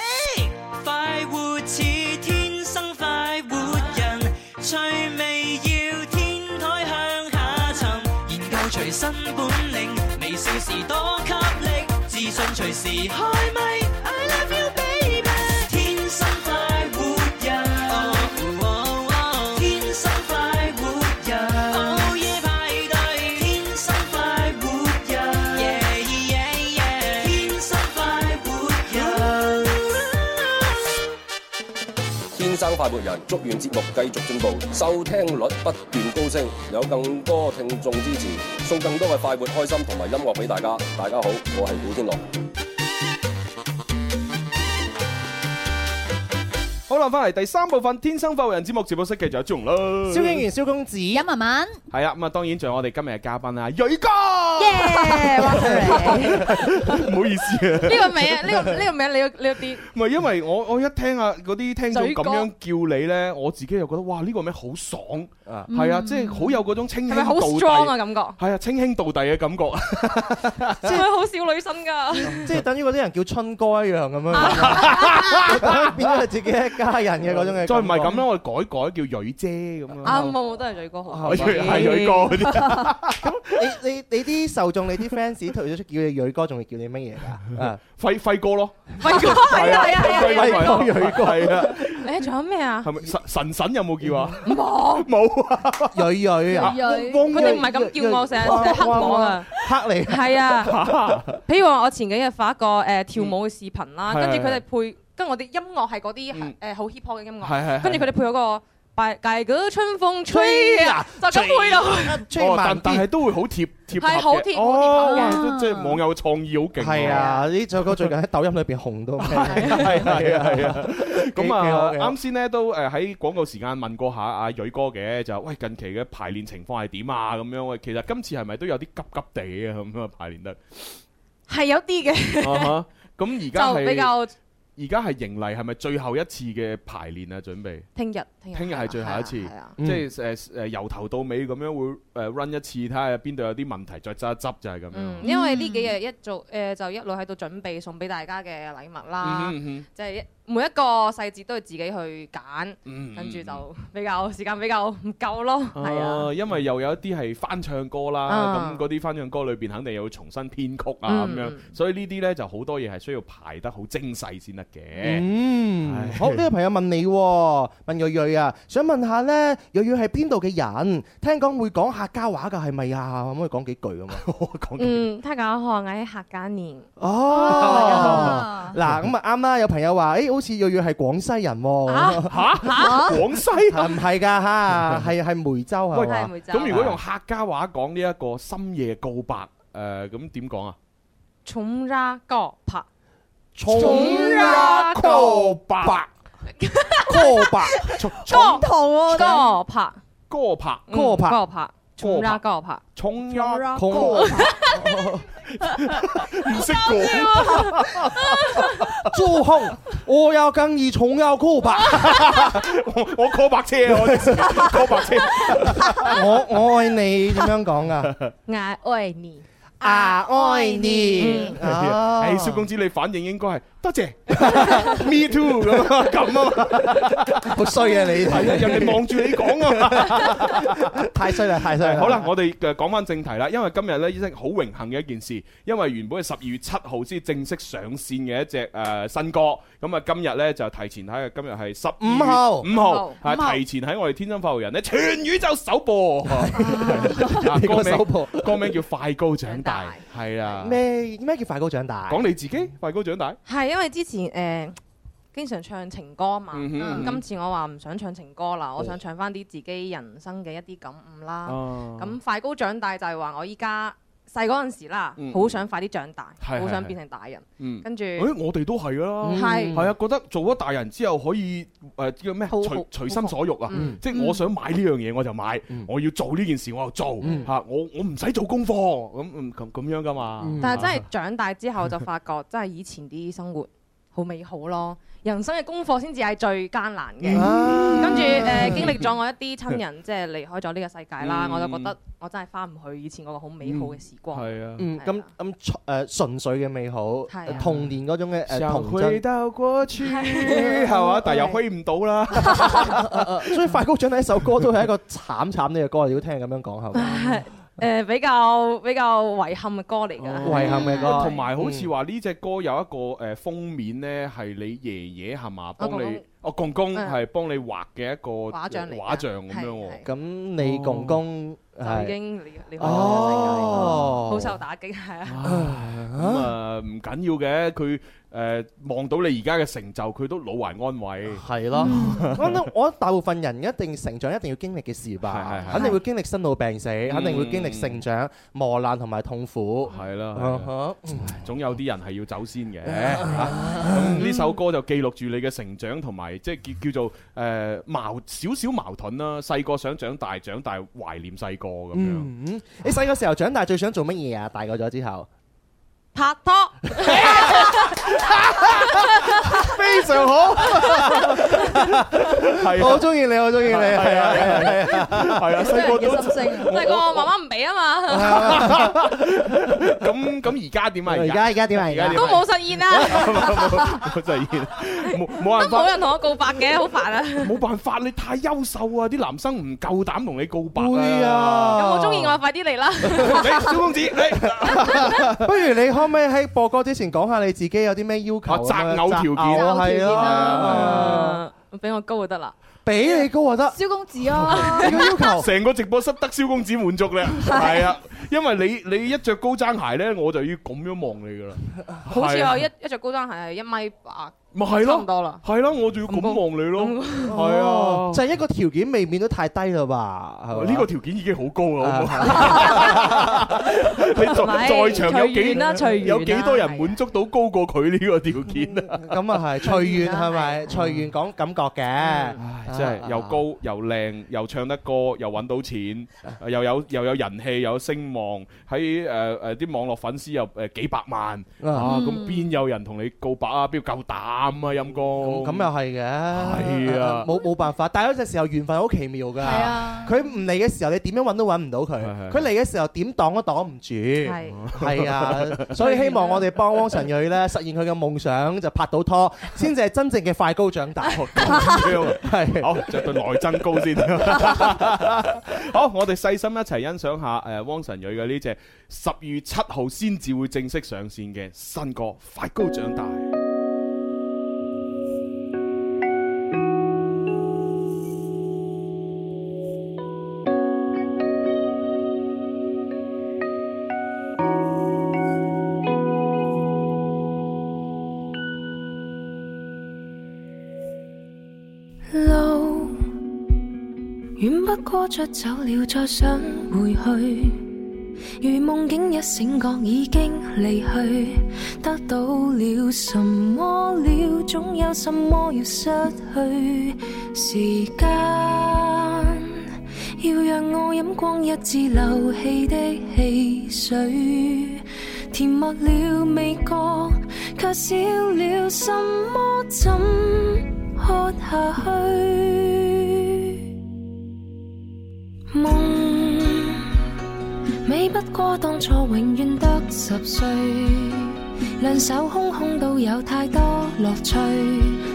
L: 快活似天生快活人，趣味要天台向下沉，研究隨身本領，微笑時多給力，自信隨時開咪。I love you baby，天生快活人，哦哦天生快活人，午夜派對，天生快活人，yeah yeah yeah，天生快活人。
M: 天生快活人，祝願節目繼續進步，收聽率不斷高升，有更多聽眾支持，送更多嘅快活、開心同埋音樂俾大家。大家好，我係古天樂。
D: 好啦，翻嚟第三部分《天生發育人》節目節目室嘅就有朱紅啦，
E: 蕭敬元、蕭公子、
F: 尹文文，
D: 係啦，咁啊當然仲有我哋今日嘅嘉賓啊，蕊哥， [laughs] 唔好意思啊，
G: 呢個名啊，呢個呢個名你要你要啲
D: 唔係因為我我一聽啊嗰啲聽眾
G: 蕊哥
D: 咁樣叫你咧，我自己又覺得哇呢個名好爽，係啊，
G: 嗯
D: 即係好有嗰種清
G: 係
D: 輕
G: 咪好
D: 道
G: strong à? 啊
D: 弟，
G: 感覺？
D: 係啊清輕道弟嘅感覺，
G: 即係好少女心㗎。
E: 即係等於嗰啲人叫春哥一樣咁
G: 啊
E: 樣，變咗係自己一家人嘅嗰種嘅。
D: 再唔係咁啦，，我改改叫蕊姐咁
G: 啱
D: 啊，
G: 冇冇都係嘴哥好。
D: 我以為係蕊哥嗰啲。
E: 你你你啲受眾、你啲 fans 退咗出叫你蕊哥，仲會叫你乜嘢
D: [laughs]
E: 㗎？啊，
D: 輝輝哥咯，
G: 輝哥係啊係啊係啊
D: 輝哥蕊哥係啊。
G: 誒，仲有咩啊？
D: 係咪神神神有冇叫啊？
G: 冇
D: 冇
G: [laughs]
D: 啊！
E: 蕊蕊啊，
G: 佢哋唔係咁叫我，成日成日黑我啊！
E: 黑
D: 哦
E: 你
G: 係啊，譬如話我前幾日發一個誒跳舞嘅視頻啦，
E: 嗯
G: 跟住
E: 係
G: 佢哋配，跟住我哋音樂係嗰
D: 嗯
G: 啲誒好 hip hop 嘅音
E: 係係係
G: 樂，跟住佢哋配嗰個大大個春風吹啊，就咁配落去。
D: 哦但但係都會好貼貼合嘅
G: 係好貼好貼合
D: 哦哇
G: 啊
D: 都即係網友嘅創意好勁喎。
E: 係啊！呢首歌最近喺抖音裏邊紅到咩？
D: [laughs] 係啊係啊係啊！咁
E: 幾幾
D: 啊
E: 好，幾好
D: 啱先咧都誒喺廣告時間問過下阿蕊哥嘅，就喂近期嘅排練情況係點啊？咁樣喂，其實今次係咪都有啲急急地啊？咁啊排練
G: [laughs]
D: 得
G: 係有啲
D: 啊
G: 嘅，
D: 哈咁而家
G: 就比
D: 係
G: 較
D: 而家係迎嚟係咪最後一次嘅排練啊？準備
G: 聽日聽日
D: 聽日係最後一次
G: 係啊，
D: 即係誒誒由頭到尾咁樣會誒 run 一次，睇下邊度有啲問題再執一執就係咁樣。
G: 嗯因為呢幾日一做誒就一路喺度準備送俾大家嘅禮物啦
D: 嗯哼嗯哼，
G: 即係一每一個細節都要自己去揀，
D: 嗯
G: 跟住就比較時間比較唔夠咯，係啊。
D: 啊，因為又有一啲係翻唱歌啦，
G: 啊
D: 咁嗰啲翻唱歌裏邊肯定又要重新編曲啊咁
E: 嗯
D: 樣，所以呢啲呢就好多嘢係需要排得好精細先得嘅。
E: 嗯，好呢個朋友問你喎，問蕊蕊啊，想問下咧，蕊蕊係邊度嘅人？聽講會講客家話㗎，係咪啊？可唔可以講幾句咁 [laughs] 啊？講
G: 嗯，他講學喺客家年，
E: 哦，嗱咁啊啱啦！有朋友話：，誒好似要要係廣西人喎。
G: 啊
D: 嚇哦嚇嚇廣西
E: 唔係㗎 [laughs] 嚇，係係梅州啊
D: 喂，
E: 係嘛？
D: 咁如果用客家話講呢一個深夜告白，誒咁點講啊？
G: 重拉告白，
D: 重
G: 拉
D: 告
E: [laughs]
D: 白，告白，
G: 重同喎，告白，
D: 告白，
G: 嗯告白，重拉告白，
D: 重拉
G: 告
D: 唔識講。
E: 朱紅，我有更易重有酷白，
D: 我我白車啊！我告白車，
E: 我我愛你點樣講㗎？
G: 我愛你，À,
D: À,
G: 嗯
E: 啊愛
G: Ừ.
E: 你
D: Ừ.
E: 哦
D: 誒，蕭公子你反應應該係多謝，me too 咁啊咁啊嘛，
E: 好衰啊你
D: 係啊人哋
E: [laughs]
D: 望住你講啊嘛。
E: 太衰啦，太衰啦！
D: 好啦，我哋呃誒講翻正題啦，因為今日咧已經好榮幸嘅一件事，因為原本係十二月七號先正式上線嘅一隻誒新歌，咁啊今日咧就提前喺今日係十
E: 五號
D: 五號
E: 五號
D: 係提前喺我哋天生發育人咧全宇宙首 [laughs] 播，啊
E: 你個首播
D: 歌名叫《快高長大》，係啊，
E: 咩咩叫快高長大？
D: 講你自己快高長大。
G: 係因為之前誒經常唱情歌嘛，
D: 嗯哼嗯哼
G: 今次我話唔想唱情歌啦，我想唱翻啲自己人生嘅一啲感悟啦。
D: 哦
G: 咁快高長大就係話我依家細嗰陣時啦
D: 嗯，
G: 好想快啲長大，
D: 係
G: 好想
D: 係係
G: 變成大人。
D: 嗯，
G: 跟住
D: 誒，我哋都係噶啦，
G: 係
D: 係啊，覺得做咗大人之後可以誒叫咩？隨隨心所欲啊
G: 嗯，
D: 即係我想買呢樣嘢我就買，我要做呢件事我就做嚇，我我唔使做功課咁嗯咁咁樣噶嘛。啊
G: 但係真係長大之後就發覺，真係以前啲生活好美好咯，人生嘅功課先至係最艱難嘅。
E: À.
G: 跟住
D: 嗯
G: 誒經歷咗我一啲親人即係離開咗呢個世界啦，
E: 嗯
G: 我就覺得我真係翻唔去以前嗰個好美好嘅時光。
D: 係啊
E: 嗯，咁咁誒純粹嘅美好
G: 係啊，
E: 童年嗰種嘅誒
D: 想
E: 童
D: 回
E: 真。
D: 到過去，係
G: 嗯
D: 嘛？但係又揮唔到啦。
G: 啊
E: 所以快高長大呢首歌都係一個慘慘呢嘅歌，你都聽咁樣講係咪？
G: 誒呃比較比較遺憾嘅歌嚟
D: 哦
G: 㗎。
E: 遺憾嘅歌，
D: 同埋好似話呢只歌有一個誒封面咧，係你爺爺係嘛幫你，哦公公
G: 嗯
D: 係幫你畫嘅一個
G: 畫像嚟㗎
D: 畫像咁樣喎。
E: 咁你公公
G: 就已
E: 係
G: 經離離開咗呢個世界
E: 哦
G: 啦，好受打擊係啊。
D: 咁啊唔緊要嘅，佢誒望到你而家嘅成就，佢都老懷安慰。
E: 係咯，嗯 [laughs] 我諗我覺得大部分人一定成長一定要經歷嘅事吧
D: 係係，係
E: 肯定會經歷生老病死，肯定會經歷成長磨難同埋痛苦。
D: 係啦
E: 啊
D: 係
E: 哈
D: 啦，總有啲人係要走先嘅。嚇咁呢首歌就記錄住你嘅成長同埋，即係叫叫做誒矛少少矛盾啦。細個想長大，長大懷念細個咁樣。
E: 嗯，嗯你細個時候長大最想做乜嘢啊？大個咗之後，
G: 拍拖。
E: [laughs] 非常好，
D: 係啊
E: [laughs] 我好中意你，我好中意你，係啊，係啊
D: 係啊，細個
E: [laughs]
D: 都
G: 細個我媽媽唔俾啊
D: 哦
G: 嘛，
D: 咁咁而家點啊？
E: 而家
D: [laughs]
E: 而家點啊而家
G: 都冇實現啦，
D: 冇真係冇冇辦
G: 都冇人
D: 法。
G: 同我告白嘅，好煩啊！
D: 冇辦法，你太優秀啊！啲男生唔夠膽同你告白 [laughs]
E: 會
D: 哦
E: 啊
G: 有冇中意我快啲嚟啦！
D: 你小公子，你
E: 不如你可唔可以喺播歌之前講下你自己有啲咩要求
D: 啊
E: 咁樣？
D: 擇偶條件
E: 係
G: 擇偶條件
E: 咯，係
G: 啊
D: 哦
E: 啊
G: 俾我高就得啦，
E: 俾你高就得。
F: 蕭公子
D: 哦
F: 啊，
E: 你個要求
D: 成個直播室得蕭公子滿足咧，係啊，因為你你一着高踭鞋咧，我就要咁樣望你噶啦，
G: 好似
D: 係啊
G: 我一一著高踭鞋係一米八，
D: 咪係
G: 差唔
D: 咯
G: 多啦，
D: 係咯，我就要咁望你咯，係啊
E: 哦，就係一個條件未免都太低啦吧？係嘛
D: 呢個條件已經好高啦，好唔好？ [laughs] 你
E: 唔
D: 在在
E: 係
D: 場有
E: 隨緣啦隨
D: 幾
E: 緣啦
D: 有幾多人滿足到高過佢呢個條件啊？
E: 咁啊係隨 [laughs] 緣係咪？隨緣講感覺嘅，
D: 真 [laughs] 係又高又靚又唱得歌又揾到 [laughs] 錢，呃又有又有人氣又有聲望，喺誒誒啲網絡粉絲又誒幾百萬啊！咁邊有人同你告白啊？邊夠膽啊陰公？
E: 咁又係嘅，係
D: 係啊
E: 冇冇辦法。但係有陣時候緣分好奇妙㗎，佢唔嚟嘅時候你點樣揾都揾唔到佢，佢嚟嘅時候點擋都擋唔住，係啊。所以希望我哋幫汪晨蕊咧實現佢嘅夢想，就拍到 [laughs] 拖，先至係真正嘅快高長 [laughs] 大。
D: 係 [laughs] 好，着對內增高先。 [laughs] 好，我哋細心一齊欣賞下誒汪晨蕊嘅呢只十二月七號先至會正式上線嘅新歌《快高長大》。
N: Hãy subscribe cho kênh Ghiền Mì Gõ Để không bỏ lỡ 不過出走了再想回去，如夢境一醒覺已經離去，得到了什麼了，總有什麼要失去，時間要讓我飲光一支漏氣的汽水。甜蜜了味覺，卻少了什麼，怎喝下去？夢美不過當初永遠得十歲，兩手空空都有太多樂趣，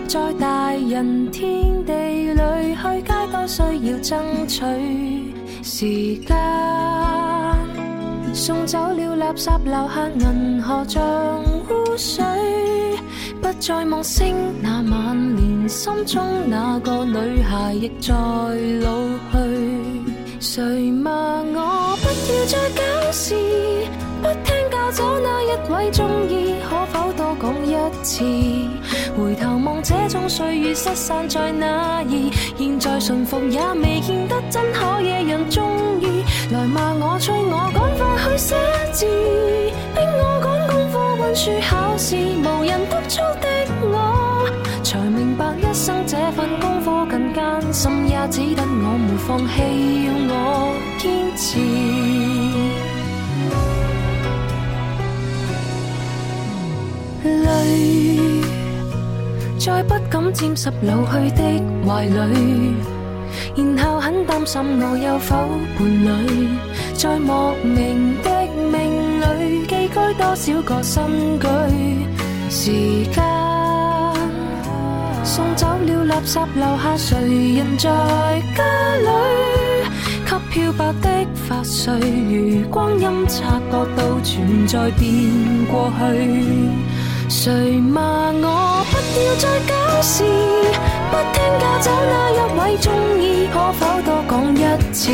N: 在大人天地裏去街都需要爭取時間。送走了垃圾，留下銀河像污水。不再望星那晚，連心中那個女孩亦在老去。誰罵我不要再搞事，不聽教走那一位中意，可否多講一次？回頭望這種歲月失散在哪兒？現在馴服也未見得真可惹人中意，來罵我催我趕快去寫字，逼我趕功課温書考試，無人督促的我，才明白一生這份功課更艱辛，也只得我沒放棄，要我堅持。淚，再不敢沾濕老去的懷裏，然後很擔心我有否伴侶，在莫名的命裏寄居多少個新居，時間送走了垃圾，留下誰人在家裏？給漂白的髮碎，如光陰察覺到存在變過去。誰罵我不要再搞事，不聽教走那一位中意，可否多講一次？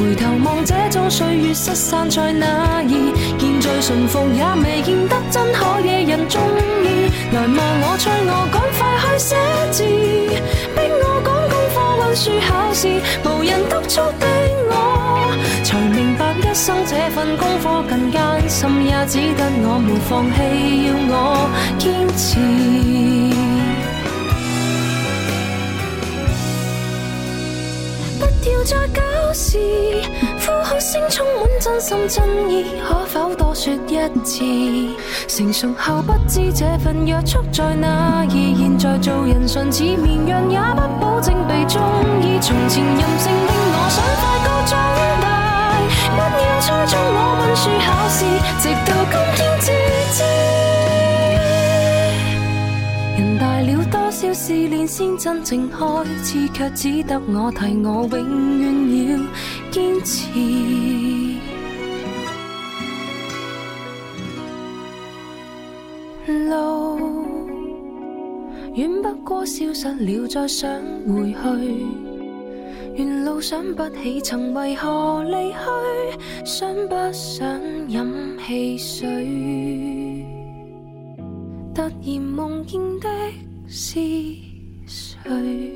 N: 回頭望這種歲月失散在哪兒？現在馴服也未見得真可惹人中意，來罵我催我趕快去寫字，逼我講功課温書考試，無人督促的我，才明白一生這份功課更艱辛，也只得我沒放棄，要我堅持。不要再搞事，呼喝聲充滿真心真意，可否多說一次？成熟後不知這份約束在哪兒，現在做人唇齒綿羊也不保證被中意。從前任性的我想快高長大，不要催促我温書考試，直到今天至知。人大了多少試煉先真正開始，卻只得我提我永遠要堅持。路遠不過消失了，再想回去。沿路想不起曾為何離去，想不想飲汽水？突然夢見的是誰？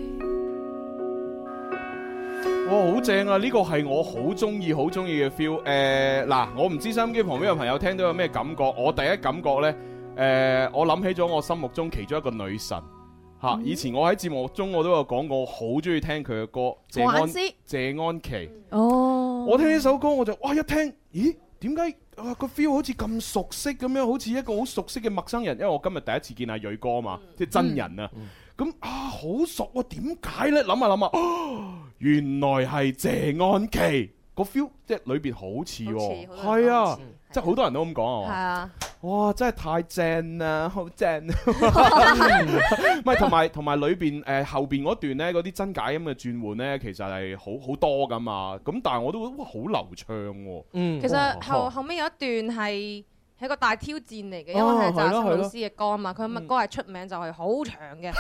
D: 哇，好正啊！呢個係我好中意、好中意嘅 feel。誒，嗱，我唔知收音機旁邊嘅朋友聽到有咩感覺。我第一感覺呢，誒、我諗起咗我心目中其中一個女神嚇。
F: 嗯
D: 以前我喺節目中我都有講過，我好中意聽佢嘅歌，謝
F: 我
D: 安
F: 眼知
D: 謝安琪。
F: 哦，
D: 我聽呢首歌我就哇一聽，咦？點解啊個 feel 好似咁熟悉咁樣，好似一個好熟悉嘅陌生人？因為我今日第一次見阿蕊哥啊嘛，即係真人啊。咁啊好熟啊，點解呢？諗下諗下，啊原來係謝安琪個 feel，即係裏邊好似喎，係啊，即係好多人都咁講啊嘛。
G: 啊，
D: 哇！真係太正啦， [laughs] 好正！啊
G: [laughs]
D: 唔係同埋同埋裏邊誒後邊嗰段咧，嗰啲真假音嘅轉換咧，其實係好好多噶嘛。咁但係我都覺得哇，好流暢喎。嗯
G: 其實後後尾有一段係係一個大挑戰嚟嘅，因為係
D: 哦係咯
G: 澤森老
D: 係咯嗯
G: 師嘅歌啊嘛，佢嘅歌係出名就係好長嘅，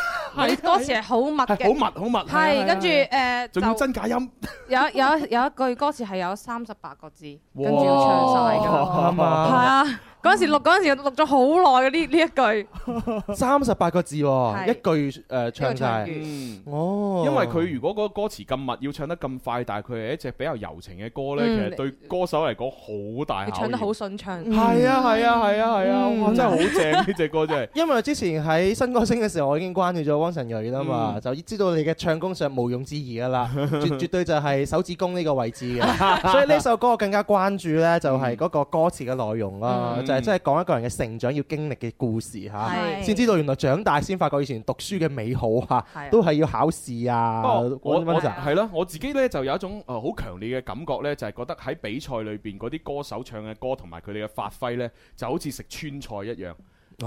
G: 佢歌詞係好密嘅，
D: 好密好密。啊係啊
G: 係跟住
D: 係啊
G: 誒
D: 仲要
G: 就
D: 真假音。
G: 有有有一句歌詞係有三十八個字，跟
D: 哇
G: 住要唱晒㗎，
D: 啱啊
G: 係啊，嗰陣時錄嗰陣時錄咗好耐嘅呢呢一句。
E: 三十八個字
G: 係
E: 喎，一句誒唱晒。
D: 嗯
E: 哦，
D: 因為佢如果嗰個歌詞咁密，要唱得咁快，但係佢係一隻比較柔情嘅歌呢，
G: 嗯
D: 其實對歌手嚟講好大考
G: 佢唱得好嗯
D: 驗。
G: 順暢。
D: 係啊係啊係啊係啊，
E: 嗯
D: 哇！真係好正呢只歌真係。
E: 因為之前喺新歌星嘅時候，我已經關注咗汪晨蕊啦嘛，
D: 嗯
E: 就知道你嘅唱功上毋庸置疑
D: [laughs]
E: 噶啦，絕絕對就係手指公呢個位置嘅。所以呢首歌我更加關注呢，就係嗰個歌詞嘅內容啦，
D: 嗯
E: 就係真係講一個人嘅成長要經歷嘅故事嚇，
D: 係
E: 先知道原來長大先發覺以前讀書嘅美好
D: 係啊
E: 嚇，都係要考試啊
D: 不過我
E: 嗰啲乜
D: 我
E: 嘢
D: 係咯，我自己呢就有一種誒好強烈嘅感覺呢，就係覺得喺比賽裏邊嗰啲歌手唱嘅歌同埋佢哋嘅發揮呢，就好似食川菜一樣。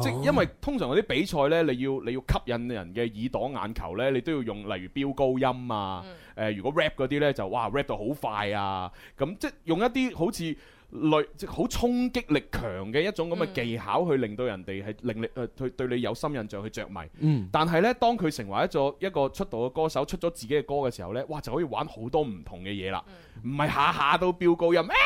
D: 即
E: 哦
D: 因為通常嗰啲比賽呢，你要你要吸引人嘅耳朵眼球呢，你都要用例如飆高音啊，誒、如果 rap 嗰啲呢，就哇 rap 到好快啊，咁即係用一啲好似類即係好衝擊力強嘅一種咁嘅技巧去令到人哋係令你誒對對你有深印象去着迷。
E: 嗯
D: 但係呢，當佢成為一個一個出道嘅歌手，出咗自己嘅歌嘅時候呢，哇就可以玩好多唔同嘅嘢啦，唔係下下都飆高音。啊 [laughs]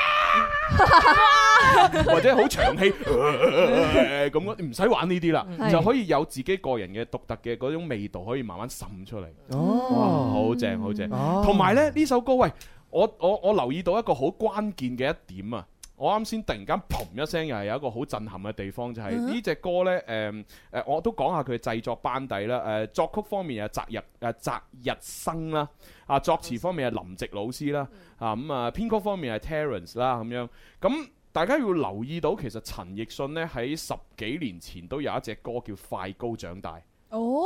D: 或者好長氣呃咁樣，唔使玩呢啲啦，
E: 係
D: 就可以有自己個人嘅獨特嘅嗰種味道，可以慢慢滲出嚟。
E: 哦
D: 哇好正好正！同埋咧呢首歌，喂，我我我留意到一個好關鍵嘅一點啊！我啱先突然間砰一聲，又係有一個好震撼嘅地方，就係
E: 嗯
D: 呢只歌呢。誒、誒、我都講下佢嘅製作班底啦。誒、作曲方面係澤日誒澤日生啦，啊作詞方面係林夕老師啦，啊咁啊編曲方面係 Terence 啦咁樣。咁大家要留意到，其實陳奕迅呢喺十幾年前都有一隻歌叫《快高長大》。
F: 哦，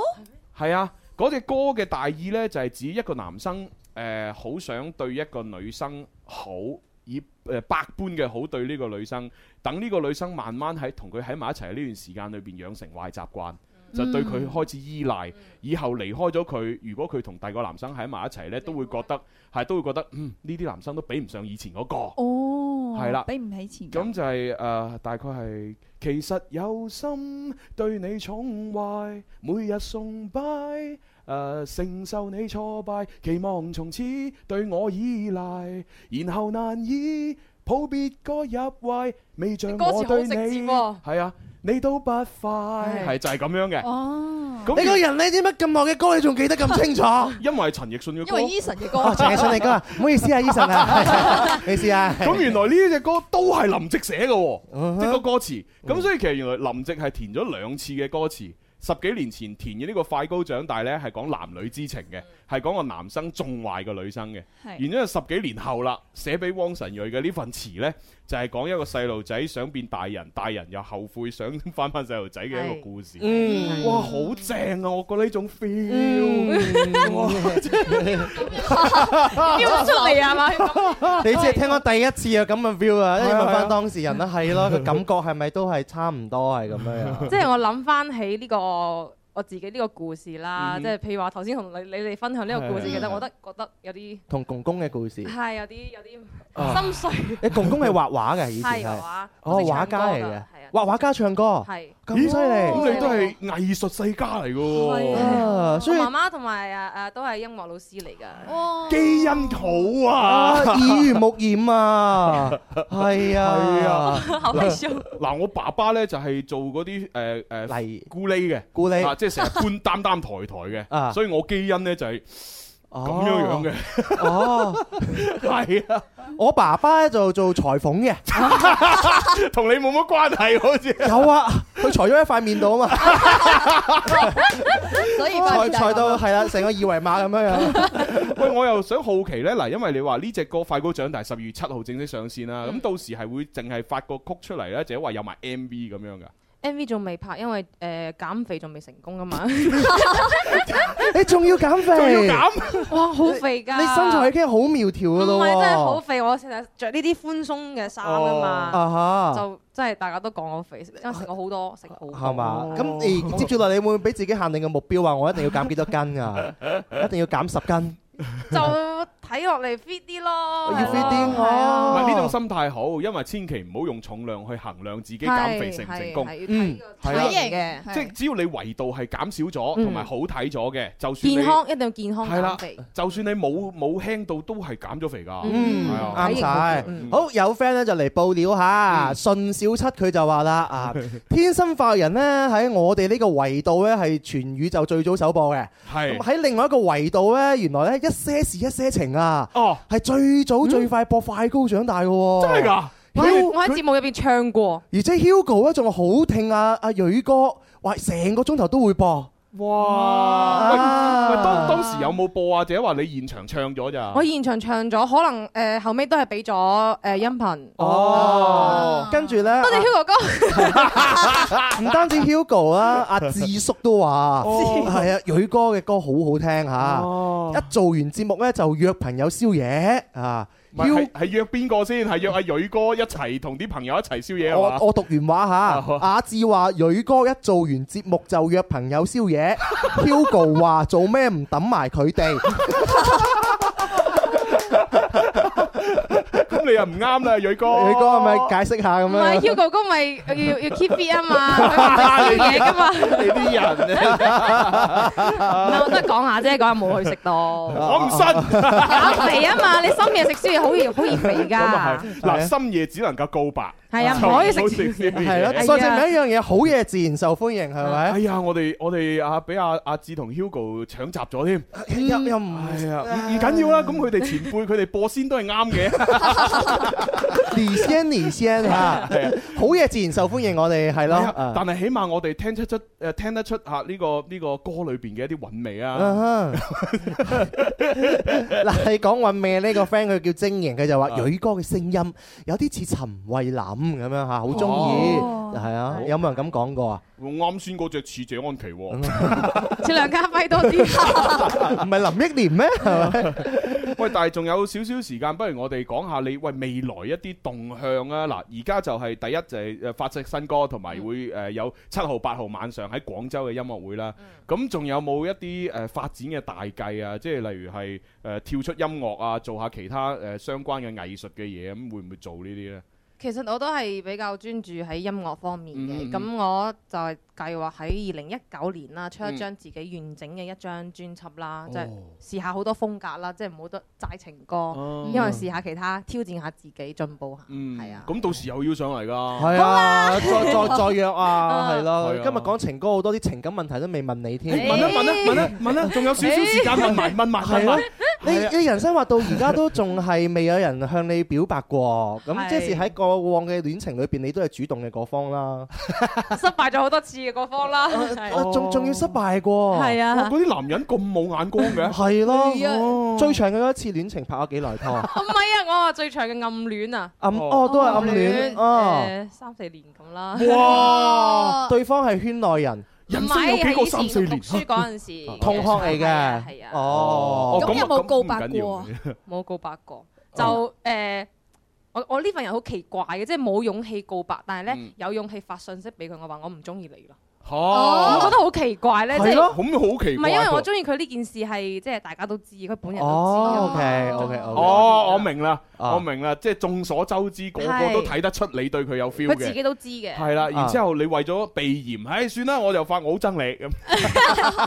D: 係啊，嗰隻歌嘅大意呢，就係、指一個男生誒好、想對一個女生好，以誒、呃百般嘅好對呢個女生，等呢個女生慢慢喺同佢喺埋一齊呢段時間裏邊養成壞習慣。就對佢開始依賴，以後離開咗佢，如果佢同第二個男生喺埋一齊呢，都會覺得係都會覺得，嗯，呢啲男生都比唔上以前嗰、個。
F: 哦，
D: 係啦
F: 俾唔起錢㗎。
D: 咁就係、呃大概係其實有心對你寵壞，每日崇拜，誒、承受你挫敗，期望從此對我依賴，然後難以抱別個入懷，未像
E: 歌詞
D: 我
E: 好
D: 對
E: 直接
D: 你
E: 喎
D: 係啊，你都不快，係就係咁樣嘅。
F: 哦
D: 咁
E: 你個人呢，點解咁耐嘅歌你仲記得咁
D: [laughs]
E: 清楚？
D: 因為陳奕迅嘅歌，
F: 因為 Eason 嘅歌
E: 哦，陳奕迅你歌，唔好意思啊，Eason
D: [laughs]
E: 啊，唔好意 Uh-huh 思啊。
D: 咁原來呢只歌都係林夕寫嘅喎，即係個歌詞。
E: 嗯
D: 咁所以其實原來林夕係填咗兩次嘅歌詞。十幾年前填嘅呢個《快高長大》呢，係講男女之情
E: 嗯
D: 嘅，係講個男生縱壞個女生嘅。
F: 係
D: 然之後十幾年後啦，寫俾汪晨蕊嘅呢份詞呢，就係講一個細路仔想變大人，大人又後悔想翻翻細路仔嘅一個故事。
E: 嗯
D: 哇，好正啊！我覺得呢種 feel，
E: 嗯
D: 哇
G: 飆出
D: [laughs]
G: 嚟啊嘛
E: 你只係聽過第一次有咁嘅 view 啊，跟住問
G: 係啊
E: 翻當事人啦，係咯，個感覺係咪都係差唔多係咁樣啊 [laughs] 樣？
G: 即係我諗翻起呢個我自己呢個故事啦，
E: 嗯
G: 即係譬如話頭先同你你哋分享呢個故事，
E: 係
G: 其實我覺得覺得有啲
E: 同公公嘅故事。
G: 係有啲有啲
E: 啊
G: 心碎。
E: 你公公係畫畫嘅，以前
G: 係畫畫
E: 係哦，
G: 好
E: 畫
G: 似唱歌
E: 家嚟
G: 㗎係
E: 嘅
G: 啊，
E: 畫畫家唱歌，
G: 係
E: 咁犀利。
D: 咁你都係藝術世家嚟嘅
G: 係
D: 喎。
E: 啊，所以哦
G: 我媽媽同埋啊啊都係音樂老師嚟㗎。
D: 基因好
E: 啊
D: 啊，
E: 耳濡目染啊，係
D: 係
E: 啊
D: 啊，
G: 好
D: 嗱
G: 害羞
D: 嗱，我爸爸咧就係做嗰啲誒誒
E: 泥
D: 咕喱嘅，
E: 咕喱
D: 啊，即係成日搬擔擔抬
G: [laughs]
D: 抬
E: 啊
D: 嘅，所以我基因咧就係
G: 哦
D: 咁樣樣嘅， [laughs]
E: 哦，
D: 係啊，
E: 我爸爸咧就做裁縫嘅。
D: 同你冇乜關係好
G: [laughs]
D: 似。
E: 有啊，佢裁咗一塊面度啊嘛，
F: 所以
E: 裁裁到係啦，成個二維碼咁樣樣。
D: 喂，我又想好奇呢，嗱，因為你話呢只歌快高長大十二月七號正式上線
G: 嗯
D: 啦，咁到時係會淨係發個曲出嚟呢，就係話有埋 M V 咁樣噶。
G: [laughs] M V 仲未拍，因為誒、呃、減肥仲未成功
E: [laughs]
G: 啊嘛。
E: 你仲要減肥？
G: 仲要哇，好肥㗎！
E: 你身材已經好苗條噶
G: 唔
E: 咯喎。
G: 係真係好肥，我成日着呢啲寬鬆嘅衫啊
E: 哦啊
G: 嘛，
E: 哈
G: 就真係大家都講我肥，因為食過好多，食好
E: 係嘛？咁
G: 哦
E: 你接住落嚟，你會唔會俾自己限定嘅目標話我一定要減幾多斤啊？一定要減十斤。
G: 就睇落嚟 fit 啲咯，
E: 要
G: 係
E: fit 啲
G: 哦
E: 哦
G: 咯係啊
D: 唔係呢種心態好，因為千祈唔好用重量去衡量自己減肥成唔成功
G: 係係要。
D: 嗯
G: 睇個，
D: 係啦
G: 體型
E: 啊
G: 嘅係
D: 即係只要你維度係減少咗，
G: 嗯
D: 同埋好睇咗嘅，就算你
G: 健康一定要健康
D: 係啦
G: 減肥。，
D: 就算你冇冇輕到，都係減咗肥㗎。
E: 嗯
D: 係啊
E: 啱晒。
G: 嗯
E: 好有 friend 咧就嚟報料嚇，信小七佢就話啦啊，天生化人咧喺我哋呢個維度咧係全宇宙最早首播嘅。
D: 係
E: 咁喺另外一個維度咧，原來咧一些事一些情啊，
D: 哦，
E: 係最早最快播快高長大嘅喎。
G: 真係㗎我喺
E: Hugo-
G: 我喺節目入邊唱過，
E: 而且 Hugo 咧仲好聽啊阿蕊哥，哇成個鐘頭都會播。
D: 哇！喂
E: 啊
D: 喂，當當時有冇播啊？或者話你現場唱咗咋？
G: 我現場唱咗，可能誒後尾都係俾咗誒音頻。
E: 哦，跟住咧，
G: 多謝 Hugo 哥。
E: 唔單止 Hugo 啊，阿智叔都話，
G: 哦
E: 係啊，蕊哥嘅歌好好聽
N: 哦
E: 嚇。一做完節目咧就約朋友宵夜啊。
D: 唔係係係約邊個先？係約阿蕊哥一齊同啲朋友一齊宵夜係嘛
E: 我我讀完話嚇，阿志話蕊哥一做完節目就約朋友宵夜，Hugo 話做咩唔揼埋佢哋，
D: 咁你又唔啱啦，蕊哥。
E: 蕊哥係咪解釋下咁
G: 唔係
E: 樣？
G: Hugo 哥咪要要 keep fit 啊
E: [laughs]
G: 嘛，佢唔食宵嘢噶嘛。
D: 你啲人咧，
E: 啊
G: 唔係我都係講下啫，嗰日冇去食到。
D: [laughs] 我唔信。
G: 減肥啊嘛，你深夜食宵夜好易好易肥
D: 咁
G: 㗎
D: 啊。係，嗱，深夜只能夠告白，
G: 係啊
D: 就
G: 唔可以食
D: 好宵夜
E: 係啊咯，所以證明一樣嘢，好嘢自然受歡迎，係咪？
D: 哎呀，我哋我哋啊，俾阿阿志同 Hugo 搶集咗添。
E: 又又唔係
D: 啊，唔唔緊要啦，咁佢哋前輩佢哋播先都係啱嘅。
E: 你先你先嚇
D: 係啊，
E: 好嘢自然受歡迎，我哋係咯
D: 係啊。
E: 啊
D: 但係起碼我哋聽得出誒聽得出嚇呢個呢個歌裏邊嘅一啲韻味啊。
E: 啊哈 [laughs] 嗱，你講韻味呢個 friend 佢叫晶瑩，佢就話蕊哥嘅聲音有啲似陳慧琳咁樣嚇，好中意，係啊，有冇人咁講過啊？
D: 我啱先嗰只似謝安琪喎。
G: 似梁家輝多啲。
E: 唔係林憶蓮咩？係咪？
D: 喂，但係仲有少少時間，不如我哋講下你喂未來一啲動向啊！嗱，而家就係第一就係誒發隻新歌，同
E: 嗯
D: 埋會誒有七號、八號晚上喺廣州嘅音樂會啦。
E: 嗯
D: 咁仲有冇一啲誒發展嘅大計啊？即係例如係誒跳出音樂啊，做下其他誒相關嘅藝術嘅嘢，咁會唔會做呢啲呢？
G: 其實我都係比較專注喺音樂方面
D: 嗯嗯
G: 嘅，
D: 嗯
G: 咁、我就係計劃喺二零一九年啦，出一張自己完整嘅一張專輯啦，
K: 哦
G: 即係試下好多風格啦，即係唔好得齋情歌，
D: 哦
G: 因為試下其他，挑戰下自己，進步下。
D: 嗯，係啊。
G: [laughs]
D: 咁到時又要上嚟㗎。
E: 係啊，再再再約啊，係
D: [laughs]
E: 咯。
D: 係啊
E: 今日講情歌好多啲情感問題都未問你添，
D: 誒問啦問啦問啦問啦，仲有少少時間問埋
G: 啊
D: 問埋
E: 係
D: 問
E: 咯
D: 埋。，
E: 你你人生話到而家都仲係未有人向你表白過，咁
G: 係
E: 即是喺過往嘅戀情裏邊，你都係主動嘅嗰方啦，
G: 失敗咗好多次嘅嗰方啦，係
E: 啊仲仲要失敗過，
G: 係啊哇
D: 嗰啲男人咁冇眼光嘅，
E: 係咯
G: 係啊
E: 哦，最長嘅一次戀情拍咗幾耐拖
G: [laughs]
E: 啊？
G: 哦唔係啊，我話最長嘅暗戀啊，
E: 暗哦都係暗戀哦，
G: 誒三四年咁啦。哦
E: 哇，對方係圈內人，
G: 人生有幾個三四年唔係係以前讀書嗰陣時嘅
E: 同學嚟
G: 係啊
E: 嘅，
D: Ờ,
E: 哦，
G: 咁有冇告白過啊
D: 唔緊要？
G: 冇告白過，就誒、呃我我呢份人好奇怪嘅，即係冇勇氣告白，但係咧、有勇氣發信息俾佢，我話我唔中意你咯。
D: 嚇！
G: 我覺得好奇怪咧，即
D: 係
G: 係
D: 咯，咁好奇
G: 唔
D: 怪喎。
G: 係因為我中意佢呢件事係即係大家都知，佢本人都知。
E: 哦，OK OK
D: Ờ,
E: OK，
G: Ờ.
D: 哦，我明啦，
E: Ờ. 啊
D: 我明啦，即係眾所周知，個個都睇得出你對佢有 feel
G: 佢自己
D: 嘅。
G: 都知嘅。
D: 係啦，然之後你為咗避嫌，唉，算啦，我就發我好憎你咁。